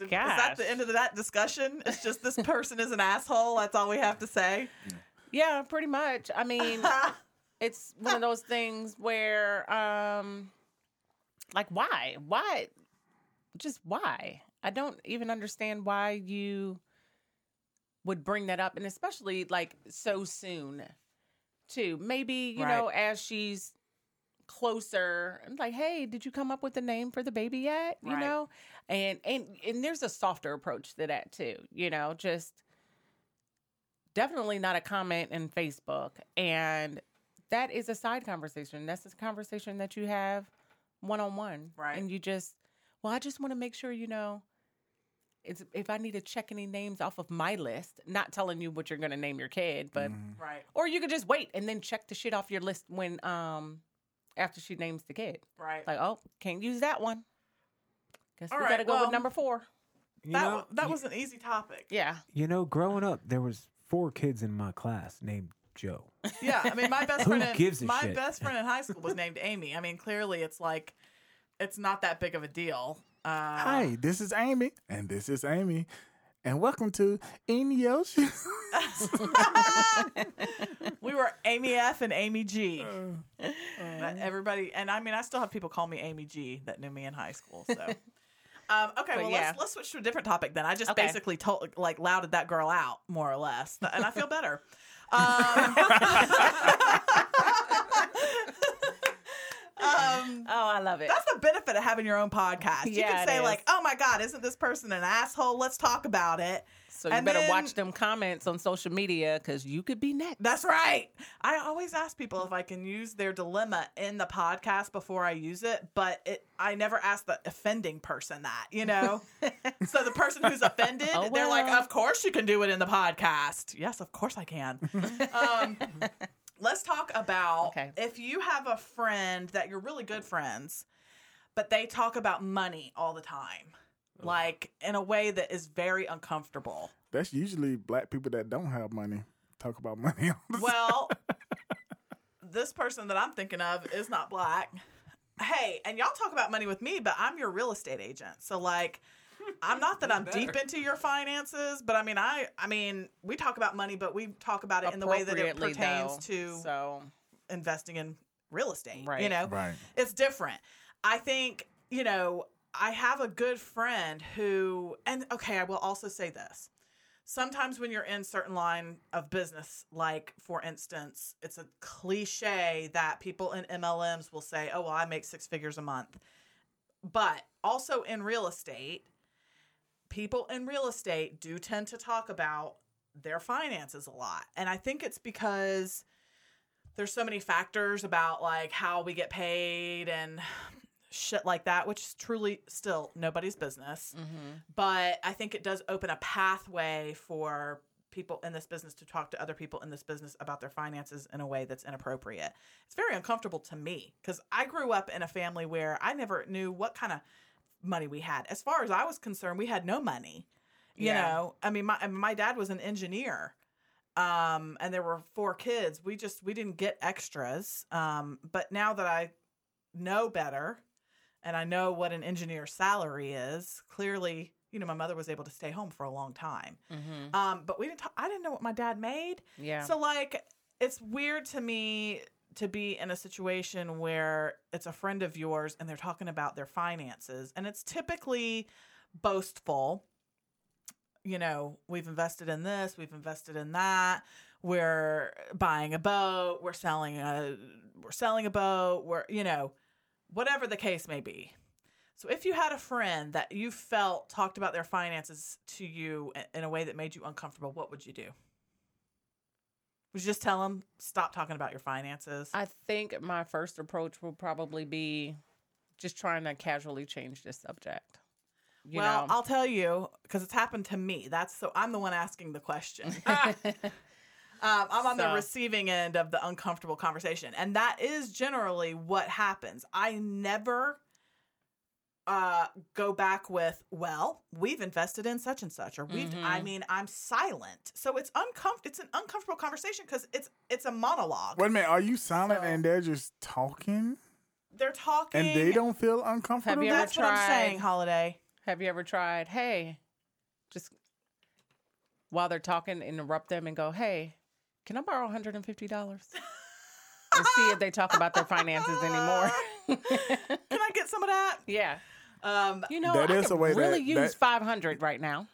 [SPEAKER 1] gosh.
[SPEAKER 2] that the end of that discussion? It's just this person is an asshole. That's all we have to say.
[SPEAKER 1] Yeah, pretty much. I mean, it's one of those things where um like why why just why i don't even understand why you would bring that up and especially like so soon too maybe you
[SPEAKER 2] Right.
[SPEAKER 1] know as she's closer and like hey did you come up with a name for the baby yet you
[SPEAKER 2] Right.
[SPEAKER 1] know and and and there's a softer approach to that too you know just definitely not a comment in facebook and that is a side conversation. That's a conversation that you have one on one.
[SPEAKER 2] Right.
[SPEAKER 1] And you just, well, I just want to make sure you know it's, if I need to check any names off of my list, not telling you what you're going to name your kid, but
[SPEAKER 2] Right.
[SPEAKER 1] or you could just wait and then check the shit off your list when um after she names the kid.
[SPEAKER 2] Right.
[SPEAKER 1] Like, oh, can't use that one. Guess
[SPEAKER 2] All
[SPEAKER 1] we
[SPEAKER 2] right,
[SPEAKER 1] gotta go
[SPEAKER 2] well-
[SPEAKER 1] with number four.
[SPEAKER 4] You
[SPEAKER 2] that
[SPEAKER 4] know,
[SPEAKER 2] wa- that
[SPEAKER 4] you-
[SPEAKER 2] was an easy topic.
[SPEAKER 1] Yeah.
[SPEAKER 4] You know, growing up, there was four kids in my class named Joe.
[SPEAKER 2] Yeah, I mean, my best
[SPEAKER 4] Who
[SPEAKER 2] friend. In,
[SPEAKER 4] gives a
[SPEAKER 2] my
[SPEAKER 4] shit?
[SPEAKER 2] best friend in high school was named Amy. I mean, clearly, it's like, it's not that big of a deal. Uh,
[SPEAKER 3] Hi, this is Amy, and this is Amy, and welcome to In Your Shoes.
[SPEAKER 2] we were Amy F and Amy G.
[SPEAKER 1] Uh,
[SPEAKER 2] But everybody, and I mean, I still have people call me Amy G that knew me in high school. So, um, okay, well,
[SPEAKER 1] yeah.
[SPEAKER 2] let's, let's switch to a different topic then. I just
[SPEAKER 1] Okay.
[SPEAKER 2] basically told, like, louted that girl out more or less, and I feel better. Um, um,
[SPEAKER 1] Oh, I love it.
[SPEAKER 2] that's the benefit of having your own podcast. you
[SPEAKER 1] Yeah,
[SPEAKER 2] can
[SPEAKER 1] it
[SPEAKER 2] say
[SPEAKER 1] is.
[SPEAKER 2] like, "Oh my God, isn't this person an asshole?" Let's talk about it.
[SPEAKER 1] so you
[SPEAKER 2] and
[SPEAKER 1] better
[SPEAKER 2] then-
[SPEAKER 1] watch them comments on social media because you could be next.
[SPEAKER 2] That's right. I always ask people if I can use their dilemma in the podcast before I use it, but it, I never ask the offending person that, you know? so the person who's offended,
[SPEAKER 1] Oh,
[SPEAKER 2] they're like,
[SPEAKER 1] well.
[SPEAKER 2] of course you can do it in the podcast. Yes, of course I can. um, let's talk about
[SPEAKER 1] Okay.
[SPEAKER 2] if you have a friend that you're really good friends, but they talk about money all the time, like in a way that is very uncomfortable.
[SPEAKER 3] That's usually black people that don't have money talk about money. all the
[SPEAKER 2] Well, this person that I'm thinking of is not black. Hey, and y'all talk about money with me, but I'm your real estate agent. So like I'm not that I'm deep into your finances, but I mean I I mean we talk about money, but we talk about it in the way that it
[SPEAKER 1] Appropriately,
[SPEAKER 2] pertains
[SPEAKER 1] though.
[SPEAKER 2] to
[SPEAKER 1] so
[SPEAKER 2] investing in real estate. You
[SPEAKER 1] Right.
[SPEAKER 2] know?
[SPEAKER 3] time. Right.
[SPEAKER 2] it's different. I think, you know, I have a good friend who, and okay, I will also say this. Sometimes when you're in certain line of business, like for instance, it's a cliche that people in MLMs will say, "Oh, well, I make six figures a month," but also in real estate, people in real estate do tend to talk about their finances a lot, and I think it's because there's so many factors about like how we get paid and shit like that which is truly still nobody's business
[SPEAKER 1] mm-hmm,
[SPEAKER 2] but i think it does open a pathway for people in this business to talk to other people in this business about their finances in a way that's inappropriate it's very uncomfortable to me because i grew up in a family where i never knew what kind of money we had as far as i was concerned we had no money you
[SPEAKER 1] Yeah.
[SPEAKER 2] know i mean my, my dad was an engineer um and there were four kids we just we didn't get extras um but now that i know better and i know what an engineer's salary is clearly you know my mother was able to stay home for a long time
[SPEAKER 1] mhm.
[SPEAKER 2] um but we didn't talk, i didn't know what my dad made
[SPEAKER 1] yeah.
[SPEAKER 2] so like it's weird to me to be in a situation where it's a friend of yours and they're talking about their finances and it's typically boastful. You know, we've invested in this, we've invested in that. We're buying a boat, we're selling a we're selling a boat, we're you know, whatever the case may be. So if you had a friend that you felt talked about their finances to you i- in a way that made you uncomfortable, what would you do? Would you just tell them stop talking about your finances?
[SPEAKER 1] I think my first approach will probably be just trying to casually change the subject. You
[SPEAKER 2] well,
[SPEAKER 1] know,
[SPEAKER 2] I'll tell you because it's happened to me. That's so I'm the one asking the question. um, I'm on the
[SPEAKER 1] So-
[SPEAKER 2] receiving end of the uncomfortable conversation, and that is generally what happens. I never uh, go back with, "Well, we've invested in such and such," or "We've."
[SPEAKER 1] Mm-hmm.
[SPEAKER 2] I mean, I'm silent, so it's uncomfortable. It's an uncomfortable conversation because it's it's a monologue.
[SPEAKER 3] Wait a minute, are you silent
[SPEAKER 2] So-
[SPEAKER 3] and they're just talking?
[SPEAKER 2] They're talking,
[SPEAKER 3] And they don't feel uncomfortable?
[SPEAKER 1] you ever
[SPEAKER 2] That's what I'm
[SPEAKER 1] tried-
[SPEAKER 2] saying, Holiday.
[SPEAKER 1] have you ever tried? Hey, just while they're talking, interrupt them and go, "Hey, can I borrow one hundred and fifty dollars?" And see if they talk about their finances anymore.
[SPEAKER 2] Can I get some of that?
[SPEAKER 1] yeah,
[SPEAKER 2] Um,
[SPEAKER 1] you know,
[SPEAKER 3] That
[SPEAKER 1] I
[SPEAKER 3] is
[SPEAKER 1] could
[SPEAKER 3] a way
[SPEAKER 1] really
[SPEAKER 3] that-
[SPEAKER 1] use
[SPEAKER 3] that-
[SPEAKER 1] five hundred right now.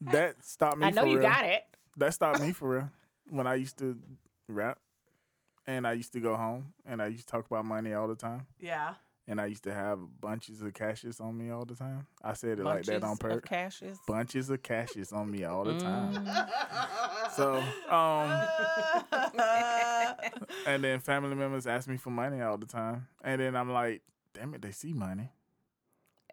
[SPEAKER 3] that stopped me
[SPEAKER 1] I know
[SPEAKER 3] for
[SPEAKER 1] you
[SPEAKER 3] real.
[SPEAKER 1] got it.
[SPEAKER 3] That stopped me for real. When I used to rap and I used to go home and I used to talk about money all the time.
[SPEAKER 2] yeah.
[SPEAKER 3] And I used to have bunches of cashes on me all the time. I said it like that on
[SPEAKER 1] Bunches of
[SPEAKER 3] purpose.
[SPEAKER 1] cashes.
[SPEAKER 3] bunches of cashes on me all the time.
[SPEAKER 1] Mm.
[SPEAKER 3] So, um, and then family members ask me for money all the time, and then I'm like, damn it, they see money.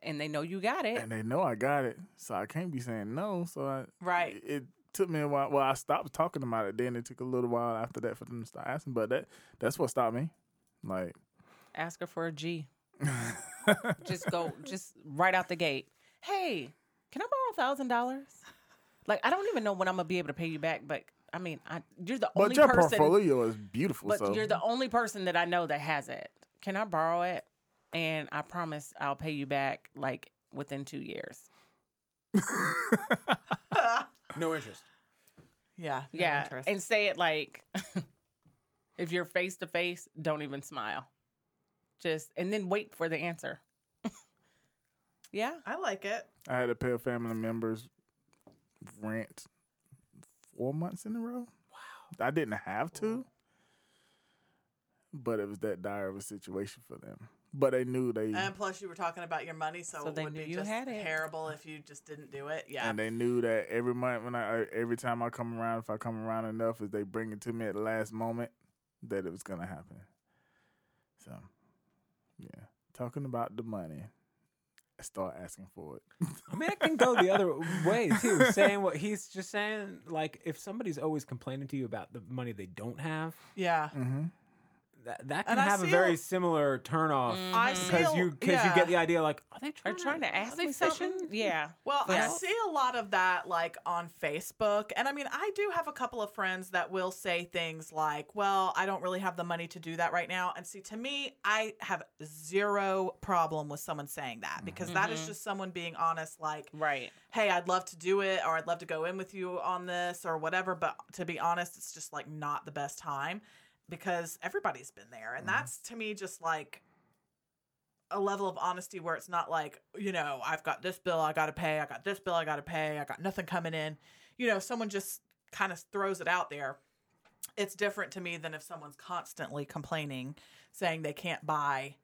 [SPEAKER 1] and they know you got it.
[SPEAKER 3] and they know I got it, so I can't be saying no. So I
[SPEAKER 2] Right.
[SPEAKER 3] It, it took me a while. Well, I stopped talking about it. Then it took a little while after that for them to start asking. But that that's what stopped me. Like
[SPEAKER 1] Ask her for a G. just go, just right out the gate. Hey, can I borrow a thousand dollars? Like I don't even know when I'm gonna be able to pay you back, but I mean, I you're the only
[SPEAKER 3] but your
[SPEAKER 1] person.
[SPEAKER 3] portfolio is beautiful.
[SPEAKER 1] But
[SPEAKER 3] so
[SPEAKER 1] you're the only person that I know that has it. Can I borrow it? And I promise I'll pay you back like within two years.
[SPEAKER 4] No interest.
[SPEAKER 2] Yeah. no
[SPEAKER 1] Yeah.
[SPEAKER 2] interest.
[SPEAKER 1] And say it like if you're face to face, don't even smile. Just and then wait for the answer. yeah.
[SPEAKER 2] I like it.
[SPEAKER 3] I had to pay a family member's rent four months in a row. Wow. I didn't have to, but it was that dire of a situation for them. But they knew they
[SPEAKER 2] And plus, you were talking about your money, so,
[SPEAKER 1] So
[SPEAKER 2] it
[SPEAKER 1] they
[SPEAKER 2] would
[SPEAKER 1] knew
[SPEAKER 2] be
[SPEAKER 1] you
[SPEAKER 2] just
[SPEAKER 1] had it.
[SPEAKER 2] terrible if you just didn't do it. Yeah.
[SPEAKER 3] and they knew that every month when I e, every time I come around, if I come around enough, if they bring it to me at the last moment, that it was gonna happen. So, yeah, talking about the money, I start asking for it.
[SPEAKER 4] I mean, it can go the other way too. Saying what he's just saying, like if somebody's always complaining to you about the money they don't have,
[SPEAKER 2] yeah.
[SPEAKER 4] that, that can
[SPEAKER 2] And I
[SPEAKER 4] have a
[SPEAKER 2] see
[SPEAKER 4] very
[SPEAKER 2] a-
[SPEAKER 4] similar turnoff
[SPEAKER 2] I see.
[SPEAKER 4] because you because you
[SPEAKER 2] yeah.
[SPEAKER 4] get the idea like are they
[SPEAKER 1] Mm. Are
[SPEAKER 4] trying,
[SPEAKER 1] trying to ask
[SPEAKER 4] are they
[SPEAKER 1] me something? Yeah.
[SPEAKER 2] Well, I
[SPEAKER 1] Yeah.
[SPEAKER 2] see a lot of that like on Facebook. And I mean, I do have a couple of friends that will say things like, well, I don't really have the money to do that right now. And see, to me, I have zero problem with someone saying that
[SPEAKER 4] Mm-hmm.
[SPEAKER 2] because that is just someone being honest, like,
[SPEAKER 1] Right.
[SPEAKER 2] hey, I'd love to do it or I'd love to go in with you on this or whatever. But to be honest, it's just like not the best time because everybody's been there. And
[SPEAKER 1] Mm-hmm.
[SPEAKER 2] that's to me just like a level of honesty where it's not like, you know, I've got this bill I got to pay, I got this bill I got to pay, I got nothing coming in. You know, someone just kind of throws it out there. It's different to me than if someone's constantly complaining, saying they can't buy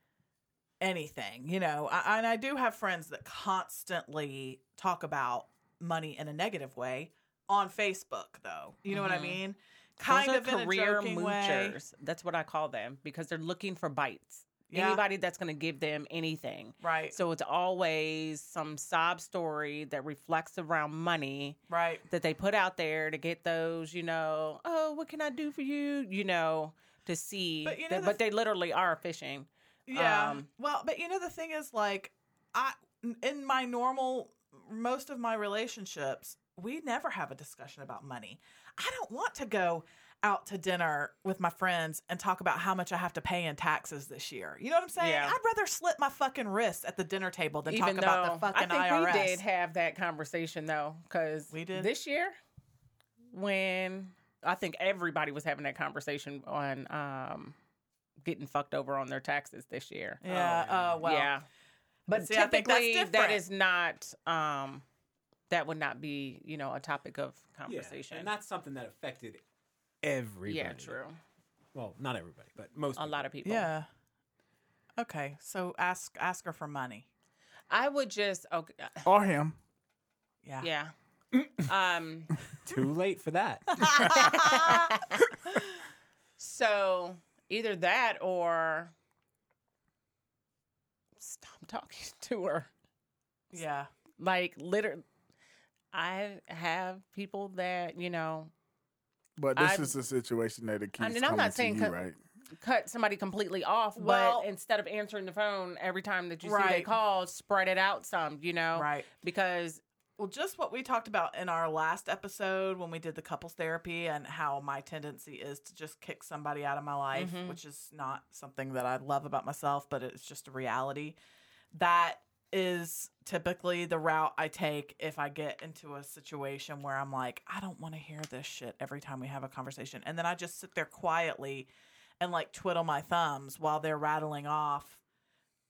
[SPEAKER 2] anything, you know. I, and I do have friends that constantly talk about money in a negative way on Facebook, though. You know what I
[SPEAKER 1] Mhm.
[SPEAKER 2] mean?
[SPEAKER 1] Those
[SPEAKER 2] Kind
[SPEAKER 1] are
[SPEAKER 2] of in a joking way.
[SPEAKER 1] moochers. That's what I call them because they're looking for bites.
[SPEAKER 2] Yeah.
[SPEAKER 1] Anybody that's going to give them anything.
[SPEAKER 2] Right.
[SPEAKER 1] So it's always some sob story that reflects around money
[SPEAKER 2] right.
[SPEAKER 1] that they put out there to get those, you know, oh, what can I do for you? You know, to see.
[SPEAKER 2] But you know
[SPEAKER 1] that-
[SPEAKER 2] the
[SPEAKER 1] but
[SPEAKER 2] f-
[SPEAKER 1] they literally are fishing.
[SPEAKER 2] Yeah.
[SPEAKER 1] Um,
[SPEAKER 2] well, but you know the thing is like I in my normal most of my relationships, we never have a discussion about money. I don't want to go out to dinner with my friends and talk about how much I have to pay in taxes this year. You know what I'm saying?
[SPEAKER 1] Yeah.
[SPEAKER 2] I'd rather slit my fucking wrist at the dinner table than
[SPEAKER 1] Even
[SPEAKER 2] talk
[SPEAKER 1] though
[SPEAKER 2] about the fucking
[SPEAKER 1] I think
[SPEAKER 2] IRS.
[SPEAKER 1] we did have that conversation though, because
[SPEAKER 2] We did?
[SPEAKER 1] this year when I think everybody was having that conversation on um, getting fucked over on their taxes this year.
[SPEAKER 2] yeah. Oh, well.
[SPEAKER 1] yeah. But
[SPEAKER 2] See, I think that's
[SPEAKER 1] typically, that
[SPEAKER 2] different.
[SPEAKER 1] is not. Um, that would not be, you know, a topic of conversation.
[SPEAKER 4] Yeah, and that's something that affected everybody.
[SPEAKER 1] yeah, true.
[SPEAKER 4] Well, not everybody, but most.
[SPEAKER 1] A lot of people.
[SPEAKER 2] Yeah. Okay. So ask ask her for money.
[SPEAKER 1] I would just okay, uh,
[SPEAKER 3] or him.
[SPEAKER 2] Yeah.
[SPEAKER 1] yeah. um
[SPEAKER 4] Too late for that.
[SPEAKER 1] so either that or stop talking to her.
[SPEAKER 2] Yeah.
[SPEAKER 1] Like literally I have people that, you know,
[SPEAKER 3] But this
[SPEAKER 1] I've-
[SPEAKER 3] is a situation that it keeps
[SPEAKER 1] I mean, I'm
[SPEAKER 3] coming
[SPEAKER 1] not
[SPEAKER 3] to
[SPEAKER 1] saying
[SPEAKER 3] you,
[SPEAKER 1] co-
[SPEAKER 3] right?
[SPEAKER 1] cut somebody completely off,
[SPEAKER 2] Well-
[SPEAKER 1] but instead of answering the phone every time that you see they
[SPEAKER 2] Right.
[SPEAKER 1] call, spread it out some, you know?
[SPEAKER 2] Right.
[SPEAKER 1] Because
[SPEAKER 2] Well, just what we talked about in our last episode when we did the couples therapy and how my tendency is to just kick somebody out of my life,
[SPEAKER 1] Mhm.
[SPEAKER 2] which is not something that I love about myself, but it's just a reality. That is typically the route I take if I get into a situation where I'm like, I don't want to hear this shit every time we have a conversation. And then I just sit there quietly and like twiddle my thumbs while they're rattling off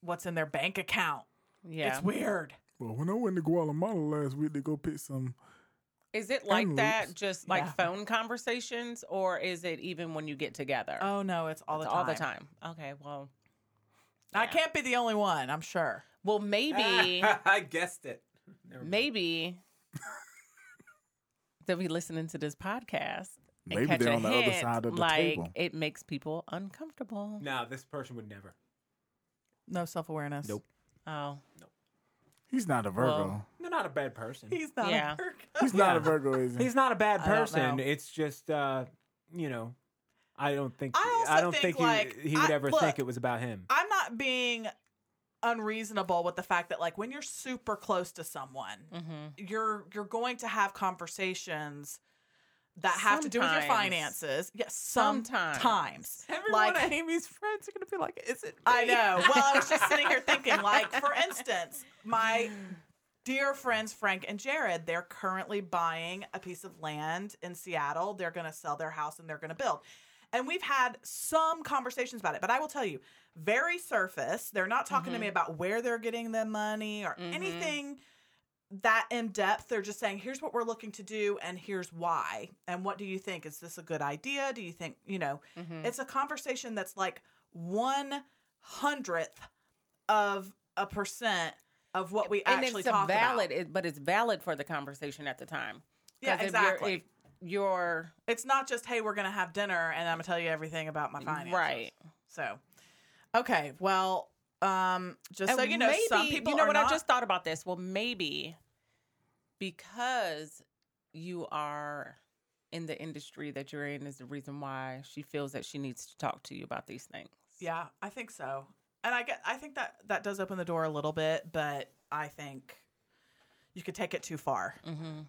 [SPEAKER 2] what's in their bank account.
[SPEAKER 1] yeah.
[SPEAKER 2] It's weird.
[SPEAKER 3] Well, when I went to Guatemala last week to go pick some,
[SPEAKER 1] Is it like
[SPEAKER 3] And
[SPEAKER 1] that
[SPEAKER 3] loops.
[SPEAKER 1] just like
[SPEAKER 2] Yeah.
[SPEAKER 1] phone conversations or is it even when you get together?
[SPEAKER 2] Oh no, it's all the
[SPEAKER 1] It's
[SPEAKER 2] time.
[SPEAKER 1] all the time. Okay, well,
[SPEAKER 2] I can't be the only one, I'm sure.
[SPEAKER 1] well maybe
[SPEAKER 4] I guessed it. Never mind.
[SPEAKER 1] maybe they'll be listening to this podcast. and
[SPEAKER 3] Maybe
[SPEAKER 1] catch
[SPEAKER 3] they're
[SPEAKER 1] a
[SPEAKER 3] on the other
[SPEAKER 1] hint,
[SPEAKER 3] side of the
[SPEAKER 1] like,
[SPEAKER 3] table.
[SPEAKER 1] It makes people uncomfortable.
[SPEAKER 4] No, this person would never.
[SPEAKER 2] No self awareness.
[SPEAKER 4] Nope.
[SPEAKER 1] Oh.
[SPEAKER 4] Nope.
[SPEAKER 3] He's not a Virgo.
[SPEAKER 1] Well-
[SPEAKER 4] They're not a bad person.
[SPEAKER 2] He's not
[SPEAKER 1] Yeah.
[SPEAKER 2] a Virgo.
[SPEAKER 3] he's not a Virgo, is he?
[SPEAKER 4] He's not a bad
[SPEAKER 2] Mm. I don't
[SPEAKER 4] person.
[SPEAKER 2] know.
[SPEAKER 4] It's just, uh, you know, I don't think
[SPEAKER 2] I also
[SPEAKER 4] don't
[SPEAKER 2] think,
[SPEAKER 4] think,
[SPEAKER 2] like,
[SPEAKER 4] he, he would
[SPEAKER 2] I-
[SPEAKER 4] ever
[SPEAKER 2] look,
[SPEAKER 4] think it was about him.
[SPEAKER 2] I'm not being unreasonable with the fact that like when you're super close to someone,
[SPEAKER 1] Mm-hmm.
[SPEAKER 2] you're you're going to have conversations that have to do with your
[SPEAKER 1] Sometimes.
[SPEAKER 2] finances. Yes,
[SPEAKER 1] Sometimes.
[SPEAKER 2] sometimes.
[SPEAKER 4] Everyone
[SPEAKER 2] like-
[SPEAKER 4] at Amy's friends are gonna be like, "Is it?"
[SPEAKER 2] I know. Well, I was just sitting here thinking, like, for instance, my dear friends Frank and Jared, they're currently buying a piece of land in Seattle. They're going to sell their house and they're going to build. And we've had some conversations about it, but I will tell you, very surface. They're not talking to me about where they're getting the money or
[SPEAKER 1] Mhm.
[SPEAKER 2] anything that in depth. They're just saying, here's what we're looking to do and here's why. And what do you think? Is this a good idea? Do you think, you know,
[SPEAKER 1] Mm-hmm.
[SPEAKER 2] it's a conversation that's like one hundredth of a percent of what we
[SPEAKER 1] And
[SPEAKER 2] actually
[SPEAKER 1] it's a
[SPEAKER 2] talk
[SPEAKER 1] valid,
[SPEAKER 2] about.
[SPEAKER 1] it, but it's valid for the conversation at the time. 'Cause
[SPEAKER 2] Yeah,
[SPEAKER 1] if you're-
[SPEAKER 2] exactly.
[SPEAKER 1] If you're,
[SPEAKER 2] it's not just hey, we're gonna have dinner and I'm gonna tell you everything about my finances.
[SPEAKER 1] right,
[SPEAKER 2] So, okay, well, um, just so
[SPEAKER 1] And
[SPEAKER 2] you know, some people
[SPEAKER 1] you know
[SPEAKER 2] are
[SPEAKER 1] what
[SPEAKER 2] not-
[SPEAKER 1] I just thought about this. Well, maybe because you are in the industry that you're in is the reason why she feels that she needs to talk to you about these things.
[SPEAKER 2] Yeah, I think so. And I get, I think that that does open the door a little bit, but I think you could take it too far.
[SPEAKER 1] hmm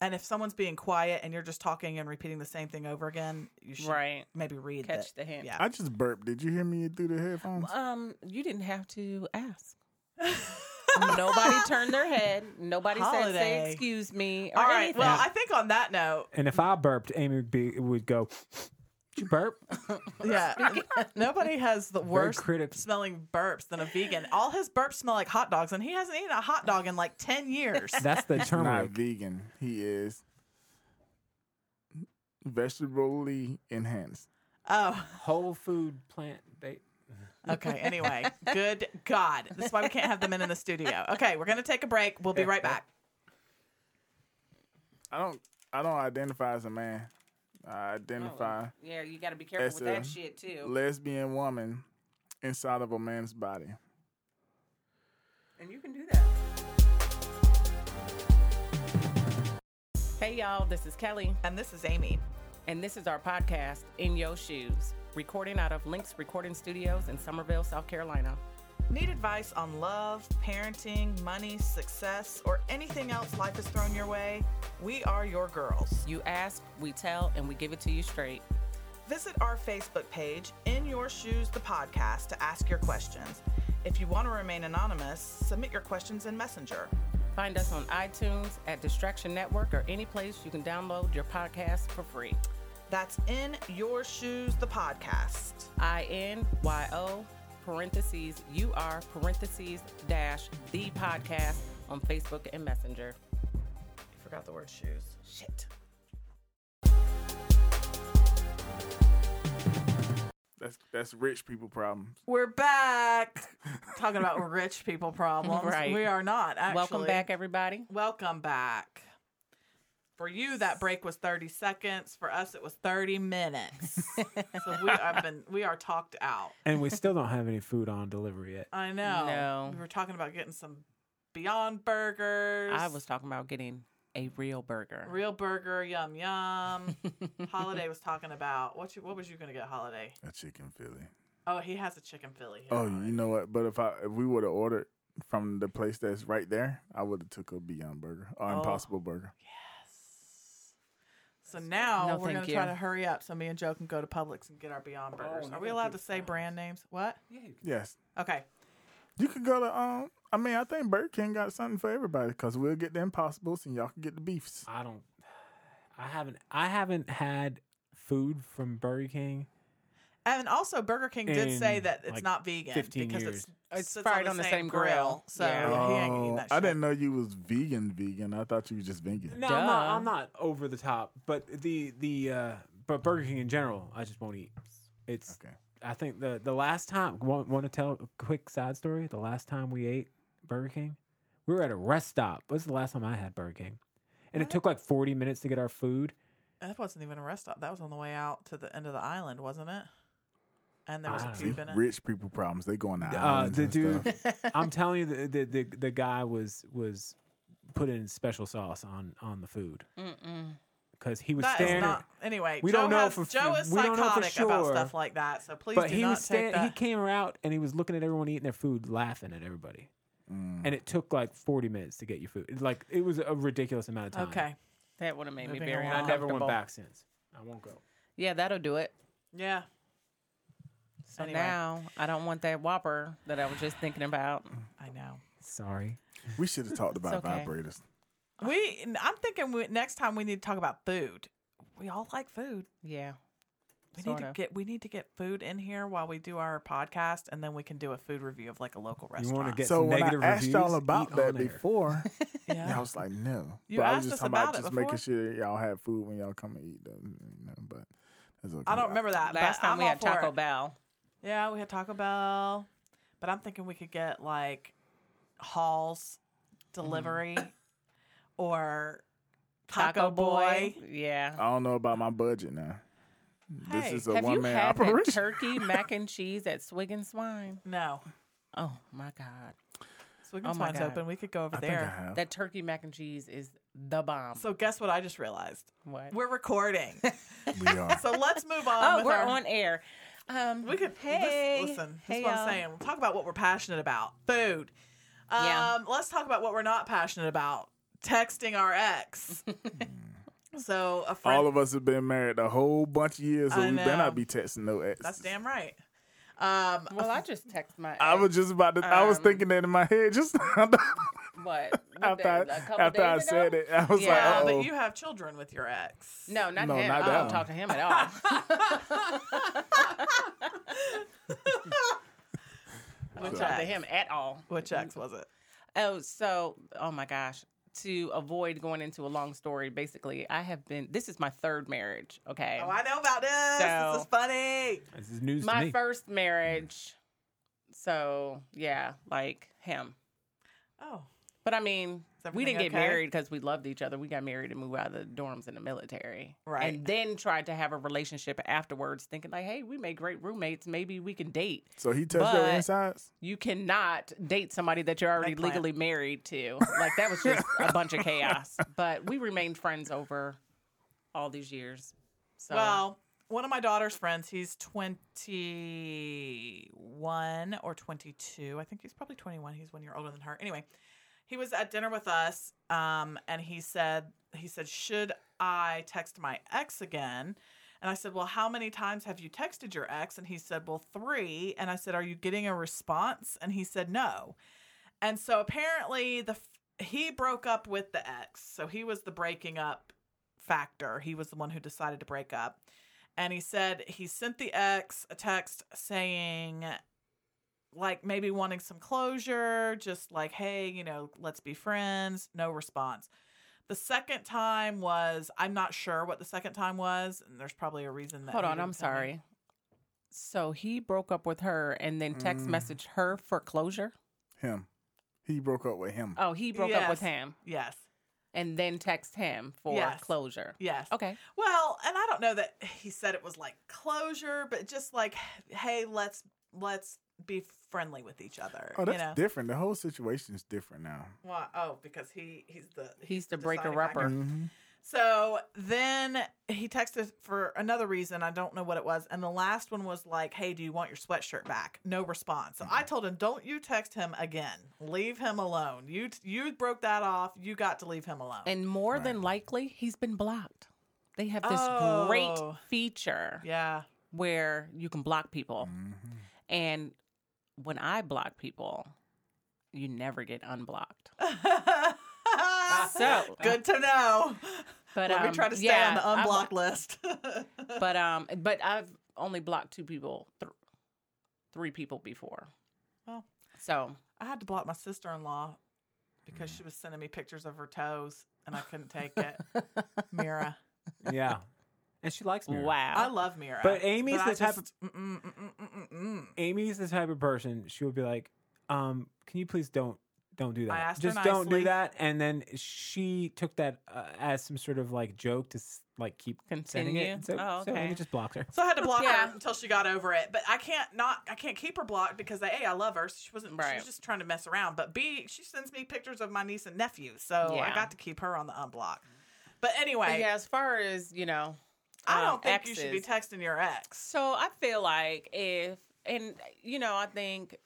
[SPEAKER 2] And if someone's being quiet and you're just talking and repeating the same thing over again, you should
[SPEAKER 1] Right.
[SPEAKER 2] maybe read
[SPEAKER 1] Catch
[SPEAKER 2] that-
[SPEAKER 1] the hint.
[SPEAKER 2] Yeah.
[SPEAKER 3] I just burped. Did you hear me through the headphones?
[SPEAKER 1] Um, you didn't have to ask. Nobody turned their head. Nobody said,
[SPEAKER 2] Holiday.
[SPEAKER 1] "Say excuse me." Or
[SPEAKER 2] All right.
[SPEAKER 1] anything.
[SPEAKER 2] Well, I think on that note,
[SPEAKER 4] And if I burped, Amy would, be, would go, "Did you burp?"
[SPEAKER 2] yeah, nobody has the worst
[SPEAKER 4] critic-
[SPEAKER 2] smelling burps than a vegan. All his burps smell like hot dogs, and he hasn't eaten a hot dog in like ten years.
[SPEAKER 4] That's the
[SPEAKER 3] He's not
[SPEAKER 4] turmeric.
[SPEAKER 3] vegan. He is vegetably enhanced.
[SPEAKER 2] oh,
[SPEAKER 4] Whole food plant. They,
[SPEAKER 2] okay. Anyway, good God, that's why we can't have them in in the studio. Okay, we're gonna take a break. We'll be right back.
[SPEAKER 3] I don't. I don't identify as a man. I identify
[SPEAKER 1] yeah, you got to be careful
[SPEAKER 3] That's
[SPEAKER 1] with that
[SPEAKER 3] a-
[SPEAKER 1] shit too.
[SPEAKER 3] lesbian woman inside of a man's body.
[SPEAKER 1] And you can do that. Hey, y'all, this is Kelly,
[SPEAKER 2] And this is Amy.
[SPEAKER 1] and this is our podcast, In Yo Shoes, recording out of Lynx Recording Studios in Somerville, South Carolina.
[SPEAKER 2] Need advice on love, parenting, money, success, or anything else life has thrown your way? We are your girls.
[SPEAKER 1] You ask, we tell, and we give it to you straight.
[SPEAKER 2] Visit our Facebook page, In Your Shoes the Podcast, to ask your questions. If you want to remain anonymous, submit your questions in Messenger.
[SPEAKER 1] Find us on iTunes, at Distraction Network, or any place you can download your podcast for free.
[SPEAKER 2] That's In Your Shoes the Podcast.
[SPEAKER 1] I N Y O parentheses U R parentheses dash the podcast on Facebook and Messenger.
[SPEAKER 2] Forgot the word shoes. Shit.
[SPEAKER 3] That's that's rich people problems.
[SPEAKER 2] We're back talking about rich people problems.
[SPEAKER 1] Right.
[SPEAKER 2] We are not actually.
[SPEAKER 1] Welcome back, everybody.
[SPEAKER 2] Welcome back. For you, that break was 30 seconds. For us, it was 30 minutes. so we have been we are talked out.
[SPEAKER 4] and we still don't have any food on delivery yet.
[SPEAKER 2] I know.
[SPEAKER 1] No.
[SPEAKER 2] We were talking about getting some Beyond Burgers.
[SPEAKER 1] I was talking about getting a real burger.
[SPEAKER 2] real burger, yum yum. Holiday was talking about what you what was you gonna get, Holiday?
[SPEAKER 3] A chicken Philly.
[SPEAKER 2] Oh, he has a chicken Philly. Here.
[SPEAKER 3] Oh, you know what? But if I if we would have ordered from the place that's right there, I would have took a Beyond Burger or
[SPEAKER 4] Oh,
[SPEAKER 3] Impossible Burger.
[SPEAKER 2] So now
[SPEAKER 1] No,
[SPEAKER 2] we're
[SPEAKER 1] thank
[SPEAKER 2] gonna try
[SPEAKER 1] you.
[SPEAKER 2] to hurry up so me and Joe can go to Publix and get our
[SPEAKER 3] Oh,
[SPEAKER 2] Beyond Burgers. Are we allowed to say brand names? What?
[SPEAKER 3] Yes,
[SPEAKER 2] Okay.
[SPEAKER 3] you could go to um. I mean, I think Burger King got something for everybody because we'll get the Impossibles and y'all can get the beefs.
[SPEAKER 4] I don't. I haven't. I haven't had food from Burger King.
[SPEAKER 2] And also, Burger King did say
[SPEAKER 4] In,
[SPEAKER 2] that it's
[SPEAKER 4] like,
[SPEAKER 2] not vegan
[SPEAKER 4] 15
[SPEAKER 2] because
[SPEAKER 4] years.
[SPEAKER 2] it's
[SPEAKER 1] It's
[SPEAKER 2] sits
[SPEAKER 1] fried on the same grill.
[SPEAKER 2] So
[SPEAKER 1] Yeah.
[SPEAKER 2] he ain't eating
[SPEAKER 3] Oh,
[SPEAKER 2] that shit.
[SPEAKER 3] I didn't know you was vegan. Vegan. I thought you was just vegan.
[SPEAKER 4] No, I'm not,
[SPEAKER 1] Duh.
[SPEAKER 4] I'm not over the top, but the the uh, but Burger King in general, I just won't eat. It's
[SPEAKER 3] Okay.
[SPEAKER 4] I think the the last time want, want to tell a quick side story. The last time we ate Burger King, we were at a rest stop. It was the last time I had Burger King, and it took like 40 minutes to get our food.
[SPEAKER 2] That wasn't even a rest stop. That was on the way out to the end of the island, wasn't it? and there was
[SPEAKER 4] Ah.
[SPEAKER 2] a poop in it.
[SPEAKER 3] Rich people problems. They going out.
[SPEAKER 4] Uh, the dude, I'm telling you, the, the the the guy was was putting special sauce on on the food
[SPEAKER 1] Mm-mm.
[SPEAKER 4] because he was
[SPEAKER 2] That is
[SPEAKER 4] staring.
[SPEAKER 2] not anyway.
[SPEAKER 4] We
[SPEAKER 2] Joe
[SPEAKER 4] don't know
[SPEAKER 2] has,
[SPEAKER 4] for-
[SPEAKER 2] Joe is
[SPEAKER 4] we don't know for
[SPEAKER 2] psychotic about
[SPEAKER 4] sure,
[SPEAKER 2] stuff like that, so please
[SPEAKER 4] but
[SPEAKER 2] do
[SPEAKER 4] he
[SPEAKER 2] not
[SPEAKER 4] was
[SPEAKER 2] take
[SPEAKER 4] stand, he
[SPEAKER 2] that.
[SPEAKER 4] came out and he was looking at everyone eating their food, laughing at everybody. And it took like 40 minutes to get your food. It's Like it was a ridiculous amount of time.
[SPEAKER 2] okay,
[SPEAKER 1] That would have made
[SPEAKER 2] Moving
[SPEAKER 1] me very
[SPEAKER 2] along.
[SPEAKER 4] And I never went
[SPEAKER 1] uncomfortable.
[SPEAKER 4] back since. I won't go.
[SPEAKER 1] Yeah, that'll do it.
[SPEAKER 2] yeah.
[SPEAKER 1] So
[SPEAKER 2] Anyway.
[SPEAKER 1] now I don't want that Whopper that I was just thinking about.
[SPEAKER 2] I know.
[SPEAKER 4] Sorry.
[SPEAKER 3] we should have talked about
[SPEAKER 1] okay.
[SPEAKER 3] vibrators.
[SPEAKER 2] We. I'm thinking we, next time we need to talk about food. We all like food.
[SPEAKER 1] Yeah.
[SPEAKER 2] We
[SPEAKER 1] Sort
[SPEAKER 2] need to
[SPEAKER 1] of.
[SPEAKER 2] get we need to get food in here while we do our podcast, and then we can do a food review of like a local
[SPEAKER 4] You
[SPEAKER 2] restaurant.
[SPEAKER 4] want to get
[SPEAKER 3] So
[SPEAKER 4] some
[SPEAKER 3] when I
[SPEAKER 4] negative
[SPEAKER 3] asked
[SPEAKER 4] reviews?
[SPEAKER 3] y'all about
[SPEAKER 4] Eat
[SPEAKER 3] that
[SPEAKER 4] on air.
[SPEAKER 3] before,
[SPEAKER 2] Yeah.
[SPEAKER 3] I was like, no.
[SPEAKER 2] You
[SPEAKER 3] but I
[SPEAKER 2] asked
[SPEAKER 3] was just
[SPEAKER 2] us
[SPEAKER 3] talking
[SPEAKER 2] about it
[SPEAKER 3] just
[SPEAKER 2] before.
[SPEAKER 3] making sure y'all had food when y'all come and eat. Them, you know, but that's okay.
[SPEAKER 2] I don't remember that.
[SPEAKER 1] Last
[SPEAKER 2] but
[SPEAKER 1] time
[SPEAKER 2] I'm
[SPEAKER 1] we
[SPEAKER 2] all
[SPEAKER 1] had
[SPEAKER 2] for
[SPEAKER 1] Taco
[SPEAKER 2] it.
[SPEAKER 1] Bell.
[SPEAKER 2] Yeah, we had Taco Bell, but I'm thinking we could get like Hall's delivery
[SPEAKER 1] Mm-hmm.
[SPEAKER 2] or Taco, Boy.
[SPEAKER 1] Yeah.
[SPEAKER 3] I don't know about my budget now. this
[SPEAKER 2] Hey,
[SPEAKER 3] is a
[SPEAKER 1] Have you
[SPEAKER 3] one man
[SPEAKER 1] had that
[SPEAKER 3] operation.
[SPEAKER 1] turkey mac and cheese at Swig and Swine?
[SPEAKER 2] No,
[SPEAKER 1] Oh my God.
[SPEAKER 2] Swig
[SPEAKER 1] Oh
[SPEAKER 2] and
[SPEAKER 1] my
[SPEAKER 2] Swine's
[SPEAKER 1] God.
[SPEAKER 2] open. We could go over
[SPEAKER 3] I think I
[SPEAKER 2] there.
[SPEAKER 3] have.
[SPEAKER 1] That turkey mac and cheese is the bomb.
[SPEAKER 2] So guess what? I just realized
[SPEAKER 1] what?
[SPEAKER 2] we're recording.
[SPEAKER 3] We are.
[SPEAKER 2] so let's move on.
[SPEAKER 1] oh,
[SPEAKER 2] with
[SPEAKER 1] we're
[SPEAKER 2] our-
[SPEAKER 1] on air. Um,
[SPEAKER 2] We could
[SPEAKER 1] Hey.
[SPEAKER 2] lis- listen. That's
[SPEAKER 1] Hey,
[SPEAKER 2] what
[SPEAKER 1] y'all.
[SPEAKER 2] I'm saying. We'll talk about what we're passionate about. Food. Um,
[SPEAKER 1] Yeah.
[SPEAKER 2] Let's talk about what we're not passionate about. Texting our ex. so a friend.
[SPEAKER 3] All of us have been married a whole bunch of years, so
[SPEAKER 2] I
[SPEAKER 3] we better
[SPEAKER 2] know.
[SPEAKER 3] not be texting no exes.
[SPEAKER 2] that's damn right. Um,
[SPEAKER 1] Well, I just text my.
[SPEAKER 3] I was just about to. I was
[SPEAKER 1] Um,
[SPEAKER 3] thinking that in my head just now,
[SPEAKER 1] what
[SPEAKER 3] after I,
[SPEAKER 1] a couple
[SPEAKER 3] after I
[SPEAKER 1] days ago?
[SPEAKER 3] said it. I was
[SPEAKER 1] Yeah,
[SPEAKER 2] yeah,
[SPEAKER 3] like,
[SPEAKER 2] uh, but
[SPEAKER 3] oh,
[SPEAKER 2] you have children with your ex.
[SPEAKER 1] No, not
[SPEAKER 3] No,
[SPEAKER 1] him.
[SPEAKER 3] not
[SPEAKER 1] I
[SPEAKER 3] that
[SPEAKER 1] don't talk to him at all. I don't
[SPEAKER 2] Which
[SPEAKER 1] talk to
[SPEAKER 2] ex?
[SPEAKER 1] him at all.
[SPEAKER 2] Which ex was it?
[SPEAKER 1] Oh, so oh my gosh. To avoid going into a long story, basically, I have been. This is my third marriage. Okay.
[SPEAKER 2] Oh, I know about this.
[SPEAKER 1] So-
[SPEAKER 2] this is funny.
[SPEAKER 4] This is news to
[SPEAKER 1] my
[SPEAKER 4] me.
[SPEAKER 1] first marriage. So yeah, like him.
[SPEAKER 2] Oh,
[SPEAKER 1] But I mean,
[SPEAKER 2] Is
[SPEAKER 1] we didn't
[SPEAKER 2] everything
[SPEAKER 1] get
[SPEAKER 2] okay?
[SPEAKER 1] married because we loved each other. We got married and moved out of the dorms in the military.
[SPEAKER 2] Right.
[SPEAKER 1] And then tried to have a relationship afterwards, thinking, like, hey, we made great roommates. Maybe we can date.
[SPEAKER 3] so he touched your
[SPEAKER 1] But-
[SPEAKER 3] insides.
[SPEAKER 1] You cannot date somebody that you're already
[SPEAKER 2] Eggplant.
[SPEAKER 1] legally married to. Like, that was just a bunch of chaos. But we remained friends over all these years. So,
[SPEAKER 2] Well, one of my daughter's friends, he's 21 or 22. I think he's probably 21. He's one year older than her. Anyway, he was at dinner with us um, and he said, he said, should I text my ex again? And I said, well, how many times have you texted your ex? And he said, well, three. And I said, are you getting a response? And he said, no. And so apparently the f- he broke up with the ex. So he was the breaking up factor. He was the one who decided to break up. And he said he sent the ex a text saying like maybe wanting some closure, just like hey, you know, let's be friends. No response. The second time was I'm not sure what the second time was, and there's probably a reason that
[SPEAKER 1] hold
[SPEAKER 2] he
[SPEAKER 1] on. I'm
[SPEAKER 2] didn't tell me.
[SPEAKER 1] sorry. So he broke up with her and then text messaged her for closure.
[SPEAKER 3] Him. He broke up with him.
[SPEAKER 1] Oh, he broke up with
[SPEAKER 2] Yes.
[SPEAKER 1] him.
[SPEAKER 2] Yes.
[SPEAKER 1] and then text him for
[SPEAKER 2] Yes.
[SPEAKER 1] closure.
[SPEAKER 2] Yes.
[SPEAKER 1] Okay.
[SPEAKER 2] Well, and I don't know that he said it was like closure, but just like, hey, let's let's be friendly with each other.
[SPEAKER 3] Oh, that's
[SPEAKER 2] you know?
[SPEAKER 3] different. The whole situation is different now.
[SPEAKER 2] Why? Oh, because he he's the
[SPEAKER 1] He's the
[SPEAKER 2] deciding
[SPEAKER 1] breaker upper.
[SPEAKER 2] factor.
[SPEAKER 3] Mm-hmm.
[SPEAKER 2] So then he texted for another reason. I don't know what it was. And the last one was like, "Hey, do you want your sweatshirt back?" No response. So I
[SPEAKER 3] Mm-hmm.
[SPEAKER 2] told him, "Don't you text him again. Leave him alone. You you broke that off. You got to leave him alone."
[SPEAKER 1] And more than likely, he's been blocked. They have this
[SPEAKER 2] Oh.
[SPEAKER 1] great feature
[SPEAKER 2] yeah. Mm-hmm.
[SPEAKER 1] where you can block people. And when I block people, you never get unblocked. So-
[SPEAKER 2] good to know.
[SPEAKER 1] But
[SPEAKER 2] Let
[SPEAKER 1] um,
[SPEAKER 2] me try to stay
[SPEAKER 1] yeah,
[SPEAKER 2] on the
[SPEAKER 1] I
[SPEAKER 2] unblocked
[SPEAKER 1] blo-
[SPEAKER 2] list.
[SPEAKER 1] but um, but I've only blocked two people, th- three people before.
[SPEAKER 2] Well.
[SPEAKER 1] so
[SPEAKER 2] I had to block my sister in law because
[SPEAKER 4] Mm.
[SPEAKER 2] she was sending me pictures of her toes and I couldn't take it. Mira.
[SPEAKER 4] yeah. And she likes me.
[SPEAKER 1] wow,
[SPEAKER 2] I love Mira.
[SPEAKER 4] But Amy's
[SPEAKER 2] I
[SPEAKER 4] the type
[SPEAKER 2] just- mm, Mm-mm, mm-mm, mm-mm, mm-mm.
[SPEAKER 4] Amy's the type of person she would be like, um, "Can you please don't don't do that.
[SPEAKER 2] I asked her
[SPEAKER 4] Just don't
[SPEAKER 2] nicely.
[SPEAKER 4] do that. And then she took that uh, as some sort of like joke to s- like keep sending
[SPEAKER 1] Continue?
[SPEAKER 4] it. And So,
[SPEAKER 1] Oh,
[SPEAKER 4] so
[SPEAKER 1] okay.
[SPEAKER 4] it just blocked her.
[SPEAKER 2] So I had to block
[SPEAKER 1] Yeah.
[SPEAKER 2] her until she got over it. But I can't not I can't keep her blocked because a I love her. She wasn't she
[SPEAKER 1] Right.
[SPEAKER 2] was just trying to mess around. But b she sends me pictures of my niece and nephew, so I
[SPEAKER 1] Yeah.
[SPEAKER 2] got to keep her on the unblock. But anyway,
[SPEAKER 1] But yeah, as far as you know,
[SPEAKER 2] I
[SPEAKER 1] um,
[SPEAKER 2] don't think you should be
[SPEAKER 1] exes,
[SPEAKER 2] texting your ex.
[SPEAKER 1] So I feel like if and you know, I think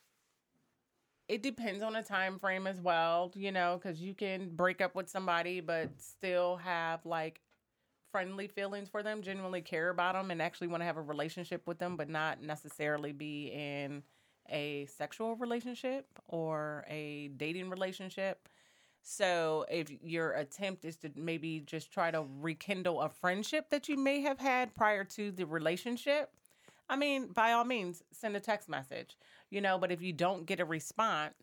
[SPEAKER 1] it depends on the time frame as well, you know, cuz you can break up with somebody but still have like friendly feelings for them, genuinely care about them and actually want to have a relationship with them but not necessarily be in a sexual relationship or a dating relationship. So if your attempt is to maybe just try to rekindle a friendship that you may have had prior to the relationship, I mean, by all means, send a text message, you know, but if you don't get a response,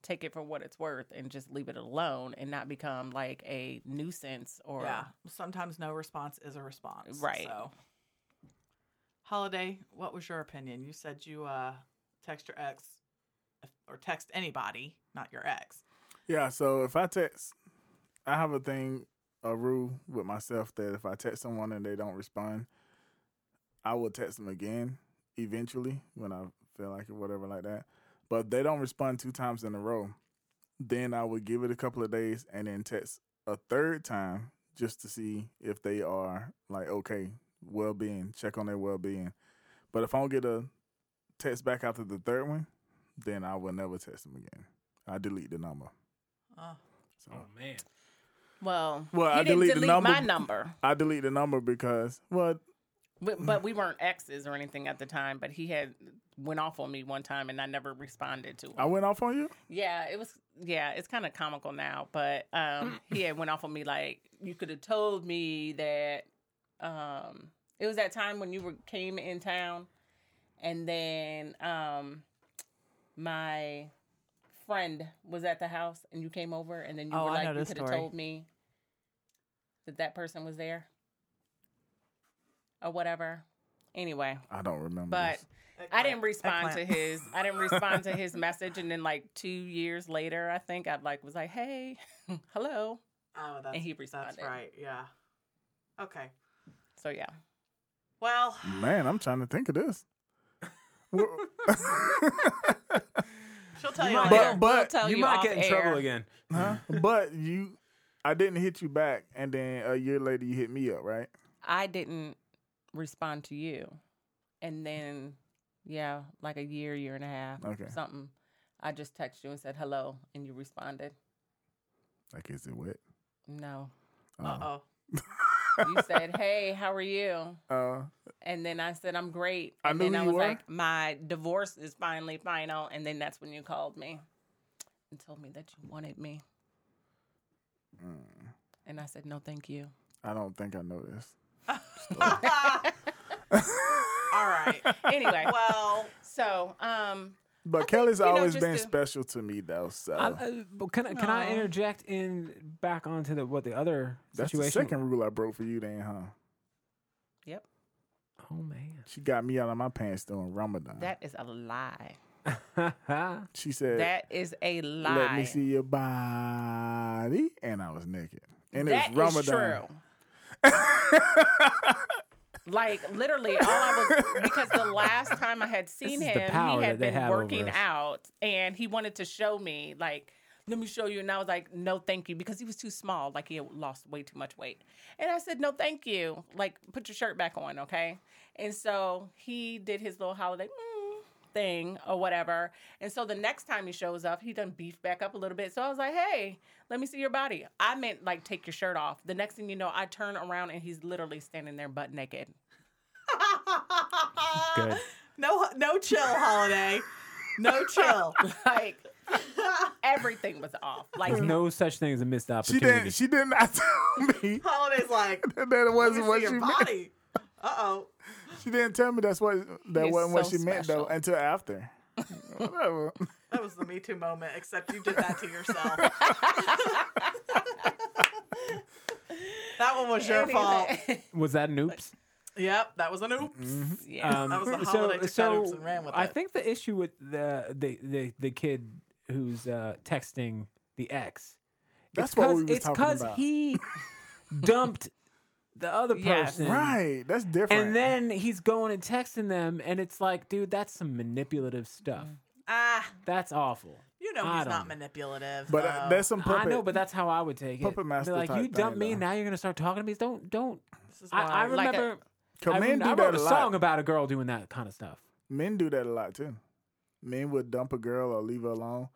[SPEAKER 1] take it for what it's worth and just leave it alone and not become like a nuisance or
[SPEAKER 2] yeah, sometimes no response is a response.
[SPEAKER 1] Right.
[SPEAKER 2] So, Holiday, what was your opinion? You said you uh text your ex or text anybody, not your ex.
[SPEAKER 3] Yeah, so if I text, I have a thing, a rule with myself that if I text someone and they don't respond, I will text them again eventually when I feel like it, whatever, like that. But if they don't respond two times in a row, then I would give it a couple of days and then text a third time just to see if they are like okay, well being, check on their well being. But if I don't get a text back after the third one, then I will never text them again. I delete the number.
[SPEAKER 2] Oh.
[SPEAKER 3] So
[SPEAKER 4] man.
[SPEAKER 1] well,
[SPEAKER 3] Well,
[SPEAKER 1] you
[SPEAKER 3] I
[SPEAKER 1] didn't
[SPEAKER 3] delete
[SPEAKER 1] delete,
[SPEAKER 3] the number.
[SPEAKER 1] my number,
[SPEAKER 3] I delete the number because well,
[SPEAKER 1] but, but we weren't exes or anything at the time, but he had went off on me one time and I never responded to him.
[SPEAKER 3] I went off on you.
[SPEAKER 1] Yeah, it was. Yeah, it's kind of comical now, but um, he had went off on me like you could have told me that. Um, it was that time when you were came in town, and then um, my friend was at the house, and you came over, and then you
[SPEAKER 2] Oh,
[SPEAKER 1] were
[SPEAKER 2] I
[SPEAKER 1] like,
[SPEAKER 2] know
[SPEAKER 1] you
[SPEAKER 2] this
[SPEAKER 1] could have
[SPEAKER 2] story.
[SPEAKER 1] told me that that person was there, or whatever. Anyway,
[SPEAKER 3] I don't remember.
[SPEAKER 1] but
[SPEAKER 3] this.
[SPEAKER 1] I didn't respond to
[SPEAKER 2] Eggplant.
[SPEAKER 1] his. I didn't respond to his message, and then like two years later, I think I like was like, "Hey, hello."
[SPEAKER 2] Oh, that's,
[SPEAKER 1] he
[SPEAKER 2] That's
[SPEAKER 1] responded.
[SPEAKER 2] right. Yeah. Okay.
[SPEAKER 1] So yeah,
[SPEAKER 2] Well,
[SPEAKER 3] man, I'm trying to think of this. Well-
[SPEAKER 2] she'll tell you.
[SPEAKER 4] might
[SPEAKER 2] later.
[SPEAKER 3] but but
[SPEAKER 1] tell
[SPEAKER 4] You,
[SPEAKER 1] you
[SPEAKER 4] might
[SPEAKER 1] off
[SPEAKER 4] get in
[SPEAKER 1] air.
[SPEAKER 4] trouble again.
[SPEAKER 3] huh? but you, I didn't hit you back, and then a year later you hit me up, right?
[SPEAKER 1] I didn't respond to you, and then yeah, like a year, year and a half,
[SPEAKER 3] Okay.
[SPEAKER 1] something. I just texted you and said hello, and you responded,
[SPEAKER 3] Like, is it wet?
[SPEAKER 1] "No."
[SPEAKER 2] Uh oh.
[SPEAKER 1] You said, "Hey, how are you?"
[SPEAKER 3] Uh,
[SPEAKER 1] And then I said, "I'm great."
[SPEAKER 3] I
[SPEAKER 1] And
[SPEAKER 3] knew
[SPEAKER 1] then I
[SPEAKER 3] you
[SPEAKER 1] was
[SPEAKER 3] were.
[SPEAKER 1] like, "My divorce is finally final." And then that's when you called me and told me that you wanted me.
[SPEAKER 3] Hmm.
[SPEAKER 1] And I said, "No, thank you."
[SPEAKER 3] I don't think I know this.
[SPEAKER 2] All right.
[SPEAKER 1] Anyway,
[SPEAKER 2] Well,
[SPEAKER 1] so um,
[SPEAKER 3] But Kelly's
[SPEAKER 1] you know,
[SPEAKER 3] always
[SPEAKER 1] just uh,
[SPEAKER 3] been
[SPEAKER 1] to-
[SPEAKER 3] special to me, though. So
[SPEAKER 4] I, I- but can I, can I
[SPEAKER 1] Aw.
[SPEAKER 4] interject in back onto the what the other
[SPEAKER 3] that's the
[SPEAKER 4] situation?
[SPEAKER 3] second rule I broke for you, then, huh?
[SPEAKER 1] yep,
[SPEAKER 4] Oh man.
[SPEAKER 3] She got me out of my pants during Ramadan.
[SPEAKER 1] that is a lie.
[SPEAKER 3] she said,
[SPEAKER 1] That is a lie.
[SPEAKER 3] "Let me see your body," and I was naked, and
[SPEAKER 1] That
[SPEAKER 3] it
[SPEAKER 1] is
[SPEAKER 3] was Ramadan.
[SPEAKER 1] true. like literally, all I was because the last time I had seen
[SPEAKER 4] is the
[SPEAKER 1] him, he
[SPEAKER 4] power that
[SPEAKER 1] had
[SPEAKER 4] they
[SPEAKER 1] been
[SPEAKER 4] have over
[SPEAKER 1] working
[SPEAKER 4] us.
[SPEAKER 1] out, and he wanted to show me like. Let me show you. And I was like, no, thank you, because he was too small. Like, he had lost way too much weight. And I said, no, thank you. Like, put your shirt back on, okay? And so he did his little holiday mm, thing or whatever. And so the next time he shows up, he done beef back up a little bit. So I was like, hey, let me see your body. I meant like take your shirt off. The next thing you know, I turn around and he's literally standing there butt naked.
[SPEAKER 4] Good.
[SPEAKER 2] no, no chill, holiday. No chill.
[SPEAKER 1] Like everything was off. Like
[SPEAKER 4] There's no such thing as a missed
[SPEAKER 3] She
[SPEAKER 4] opportunity.
[SPEAKER 3] didn't. She did not tell me
[SPEAKER 2] Holiday's like,
[SPEAKER 3] that that
[SPEAKER 2] let me
[SPEAKER 3] wasn't
[SPEAKER 2] see
[SPEAKER 3] what she
[SPEAKER 2] your
[SPEAKER 3] meant.
[SPEAKER 2] body. Uh oh.
[SPEAKER 3] She didn't tell me that's what that
[SPEAKER 1] He's
[SPEAKER 3] wasn't what
[SPEAKER 1] so
[SPEAKER 3] she meant though
[SPEAKER 1] special.
[SPEAKER 3] until after. Whatever.
[SPEAKER 2] That was the Me Too moment, except you did that to yourself. that one was your fault.
[SPEAKER 4] Was that an oops?
[SPEAKER 2] Yep, that was an oops.
[SPEAKER 1] yeah.
[SPEAKER 4] Um,
[SPEAKER 2] That was a holiday took that oops and ran with
[SPEAKER 4] I
[SPEAKER 2] it.
[SPEAKER 4] think the issue with the the the, the kid who's uh, texting the ex.
[SPEAKER 3] That's
[SPEAKER 4] it's
[SPEAKER 3] what
[SPEAKER 4] 'cause-
[SPEAKER 3] we was
[SPEAKER 4] It's
[SPEAKER 3] talking
[SPEAKER 4] because
[SPEAKER 3] about.
[SPEAKER 4] he dumped the other
[SPEAKER 1] Yes.
[SPEAKER 4] person,
[SPEAKER 3] Right. That's different.
[SPEAKER 4] And then he's going and texting them, and it's like, dude, that's some manipulative stuff.
[SPEAKER 2] Ah,
[SPEAKER 4] That's awful.
[SPEAKER 2] you know
[SPEAKER 4] I
[SPEAKER 2] he's
[SPEAKER 4] don't
[SPEAKER 2] not
[SPEAKER 4] know.
[SPEAKER 2] manipulative.
[SPEAKER 3] but
[SPEAKER 2] though.
[SPEAKER 3] uh, there's some puppet.
[SPEAKER 4] I know, but that's how I would take it.
[SPEAKER 3] Puppet
[SPEAKER 4] Be
[SPEAKER 3] master
[SPEAKER 4] like
[SPEAKER 3] type
[SPEAKER 4] you dumped
[SPEAKER 3] thing,
[SPEAKER 4] me,
[SPEAKER 3] though.
[SPEAKER 4] now you're gonna start talking to me. Don't don't.
[SPEAKER 2] this is why.
[SPEAKER 4] I, I
[SPEAKER 1] Like a-
[SPEAKER 4] remember.
[SPEAKER 3] Cause
[SPEAKER 4] I,
[SPEAKER 3] men
[SPEAKER 4] rem-
[SPEAKER 3] do
[SPEAKER 4] I
[SPEAKER 3] that
[SPEAKER 4] wrote
[SPEAKER 3] a
[SPEAKER 4] a
[SPEAKER 3] lot.
[SPEAKER 4] song about a girl doing that kind of stuff.
[SPEAKER 3] men do that a lot too. Men would dump a girl or leave her alone,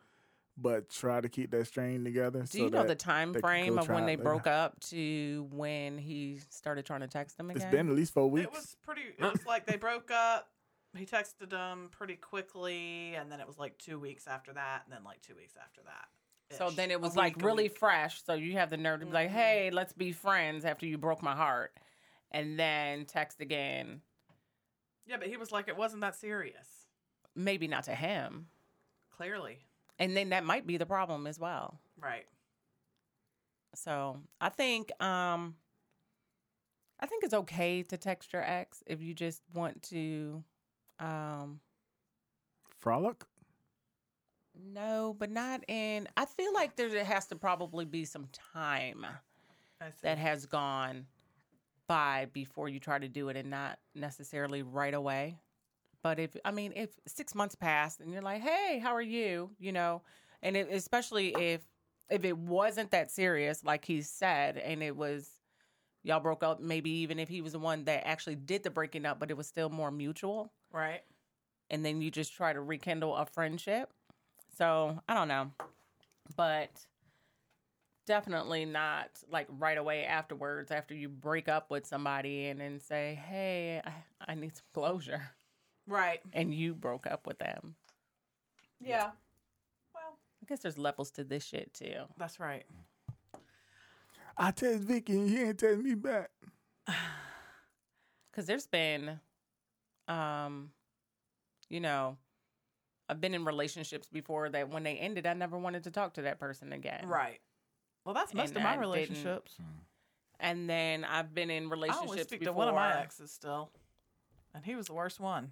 [SPEAKER 3] but try to keep that string together.
[SPEAKER 1] Do
[SPEAKER 3] so
[SPEAKER 1] you know the
[SPEAKER 3] that
[SPEAKER 1] time
[SPEAKER 3] they could
[SPEAKER 1] frame
[SPEAKER 3] go
[SPEAKER 1] of when
[SPEAKER 3] try
[SPEAKER 1] they
[SPEAKER 3] it later.
[SPEAKER 1] broke up to when he started trying to text them
[SPEAKER 3] It's
[SPEAKER 1] again?
[SPEAKER 3] been at least four weeks.
[SPEAKER 2] it was pretty. It was like they broke up. He texted him pretty quickly, and then it was like two weeks after that, and then like two weeks after that.
[SPEAKER 1] so
[SPEAKER 2] ish.
[SPEAKER 1] then
[SPEAKER 2] A
[SPEAKER 1] it was
[SPEAKER 2] week,
[SPEAKER 1] like
[SPEAKER 2] a
[SPEAKER 1] really
[SPEAKER 2] week.
[SPEAKER 1] fresh. So you have the nerve to be like,
[SPEAKER 3] Mm-hmm.
[SPEAKER 1] "Hey, let's be friends after you broke my heart," and then text again.
[SPEAKER 2] Yeah, but he was like, it wasn't that serious.
[SPEAKER 1] Maybe not to him,
[SPEAKER 2] Clearly,
[SPEAKER 1] and then that might be the problem as well.
[SPEAKER 2] right?
[SPEAKER 1] So I think um I think it's okay to text your ex if you just want to um
[SPEAKER 3] Frolic.
[SPEAKER 1] no, but not in I feel like there has to probably be some time
[SPEAKER 2] I see.
[SPEAKER 1] that has gone by before you try to do it and not necessarily right away. But if I mean if 6 months passed and you're like, "Hey, how are you?" you know, and it, especially if if it wasn't that serious like he said and it was y'all broke up maybe even if he was the one that actually did the breaking up, but it was still more mutual
[SPEAKER 2] right.
[SPEAKER 1] and then you just try to rekindle a friendship. So I don't know, but definitely not like right away afterwards after you break up with somebody and then say, "Hey, I, I need some closure,"
[SPEAKER 2] Right.
[SPEAKER 1] and you broke up with them.
[SPEAKER 2] Yeah. Well,
[SPEAKER 1] I guess there's levels to this shit too.
[SPEAKER 2] that's right.
[SPEAKER 3] I text Vicky and you ain't text me back.
[SPEAKER 1] because there's been um you know i've been in relationships before that when they ended i never wanted to talk to that person again
[SPEAKER 2] Right. Well, that's most
[SPEAKER 1] And
[SPEAKER 2] of my
[SPEAKER 1] I didn't-
[SPEAKER 2] relationships.
[SPEAKER 3] Hmm.
[SPEAKER 1] and then i've been in
[SPEAKER 2] I only
[SPEAKER 1] relationships
[SPEAKER 2] speak
[SPEAKER 1] before
[SPEAKER 2] to one of my exes still, and he was the worst one.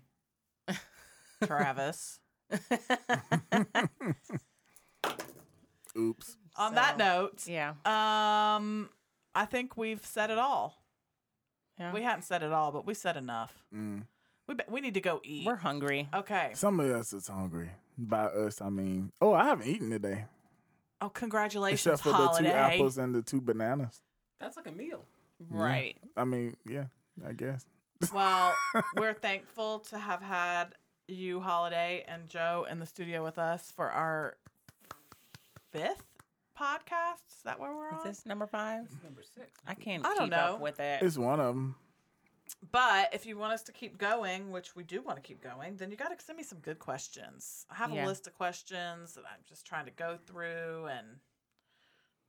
[SPEAKER 2] Travis.
[SPEAKER 3] Oops.
[SPEAKER 2] On that
[SPEAKER 1] So-
[SPEAKER 2] note,
[SPEAKER 1] yeah
[SPEAKER 2] um, I think we've said it all.
[SPEAKER 1] yeah
[SPEAKER 2] We haven't said it all, but we said enough.
[SPEAKER 3] Mm.
[SPEAKER 2] We be- we need to go eat.
[SPEAKER 1] we're hungry
[SPEAKER 2] okay.
[SPEAKER 3] Some of us is hungry. By us, I mean, oh, I haven't eaten today
[SPEAKER 2] Oh, congratulations,
[SPEAKER 3] except for
[SPEAKER 2] holiday.
[SPEAKER 3] the two apples and the two bananas.
[SPEAKER 4] That's like a meal.
[SPEAKER 1] right
[SPEAKER 3] I mean, yeah, I guess.
[SPEAKER 2] Well, we're thankful to have had you, Holiday, and Joe in the studio with us for our fifth podcast. Is that where we're
[SPEAKER 1] is
[SPEAKER 2] on?
[SPEAKER 1] this number five
[SPEAKER 4] Number six.
[SPEAKER 1] i can't
[SPEAKER 2] I don't
[SPEAKER 1] keep
[SPEAKER 2] know.
[SPEAKER 1] up with it
[SPEAKER 3] It's one of them.
[SPEAKER 2] But if you want us to keep going, which we do want to keep going, then you got to send me some good questions. I have
[SPEAKER 1] Yeah.
[SPEAKER 2] a list of questions that I'm just trying to go through, and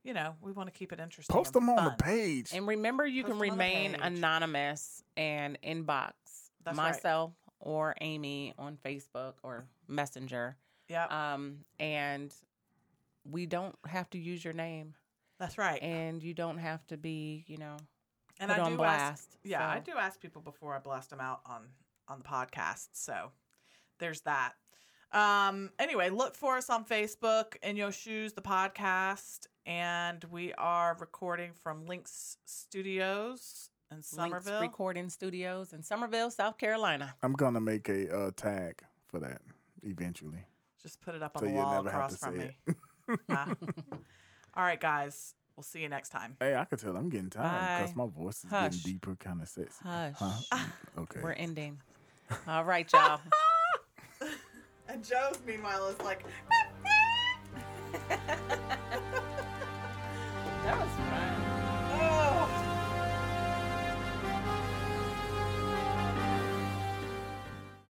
[SPEAKER 2] you know, we want to keep it interesting.
[SPEAKER 3] Post
[SPEAKER 2] and
[SPEAKER 3] them on
[SPEAKER 2] fun.
[SPEAKER 3] the page.
[SPEAKER 1] And remember, you
[SPEAKER 2] Post
[SPEAKER 1] can
[SPEAKER 2] them on the
[SPEAKER 1] remain
[SPEAKER 2] page.
[SPEAKER 1] anonymous and inbox
[SPEAKER 2] That's right.
[SPEAKER 1] myself or Amy on Facebook or Messenger.
[SPEAKER 2] Yeah,
[SPEAKER 1] Um, and we don't have to use your name,
[SPEAKER 2] that's right. And,
[SPEAKER 1] and you don't have to be, you know,
[SPEAKER 2] I
[SPEAKER 1] put on
[SPEAKER 2] do ask.
[SPEAKER 1] blast.
[SPEAKER 2] Yeah, I
[SPEAKER 1] so-
[SPEAKER 2] do ask people before I blast them out on on the podcast. So there's that. Um. Anyway, look for us on Facebook in your shoes, the podcast, and we are recording from Links Studios in
[SPEAKER 1] Links
[SPEAKER 2] Somerville.
[SPEAKER 1] Recording Studios in Somerville, South Carolina.
[SPEAKER 3] I'm gonna make a uh, tag for that eventually.
[SPEAKER 2] Just put it up on
[SPEAKER 3] So
[SPEAKER 2] the
[SPEAKER 3] you'll
[SPEAKER 2] wall
[SPEAKER 3] never have
[SPEAKER 2] across
[SPEAKER 3] to
[SPEAKER 2] from me.
[SPEAKER 3] say
[SPEAKER 2] Ah. All right, guys. We'll see you next time.
[SPEAKER 3] Hey, I could tell I'm getting tired because
[SPEAKER 1] Bye.
[SPEAKER 3] my voice is
[SPEAKER 1] Hush.
[SPEAKER 3] getting deeper, kind of sexy.
[SPEAKER 1] Hush.
[SPEAKER 3] Huh? Okay.
[SPEAKER 1] We're ending. All right, y'all.
[SPEAKER 2] And Joe's, meanwhile, is like.
[SPEAKER 1] that was fun.
[SPEAKER 2] Oh.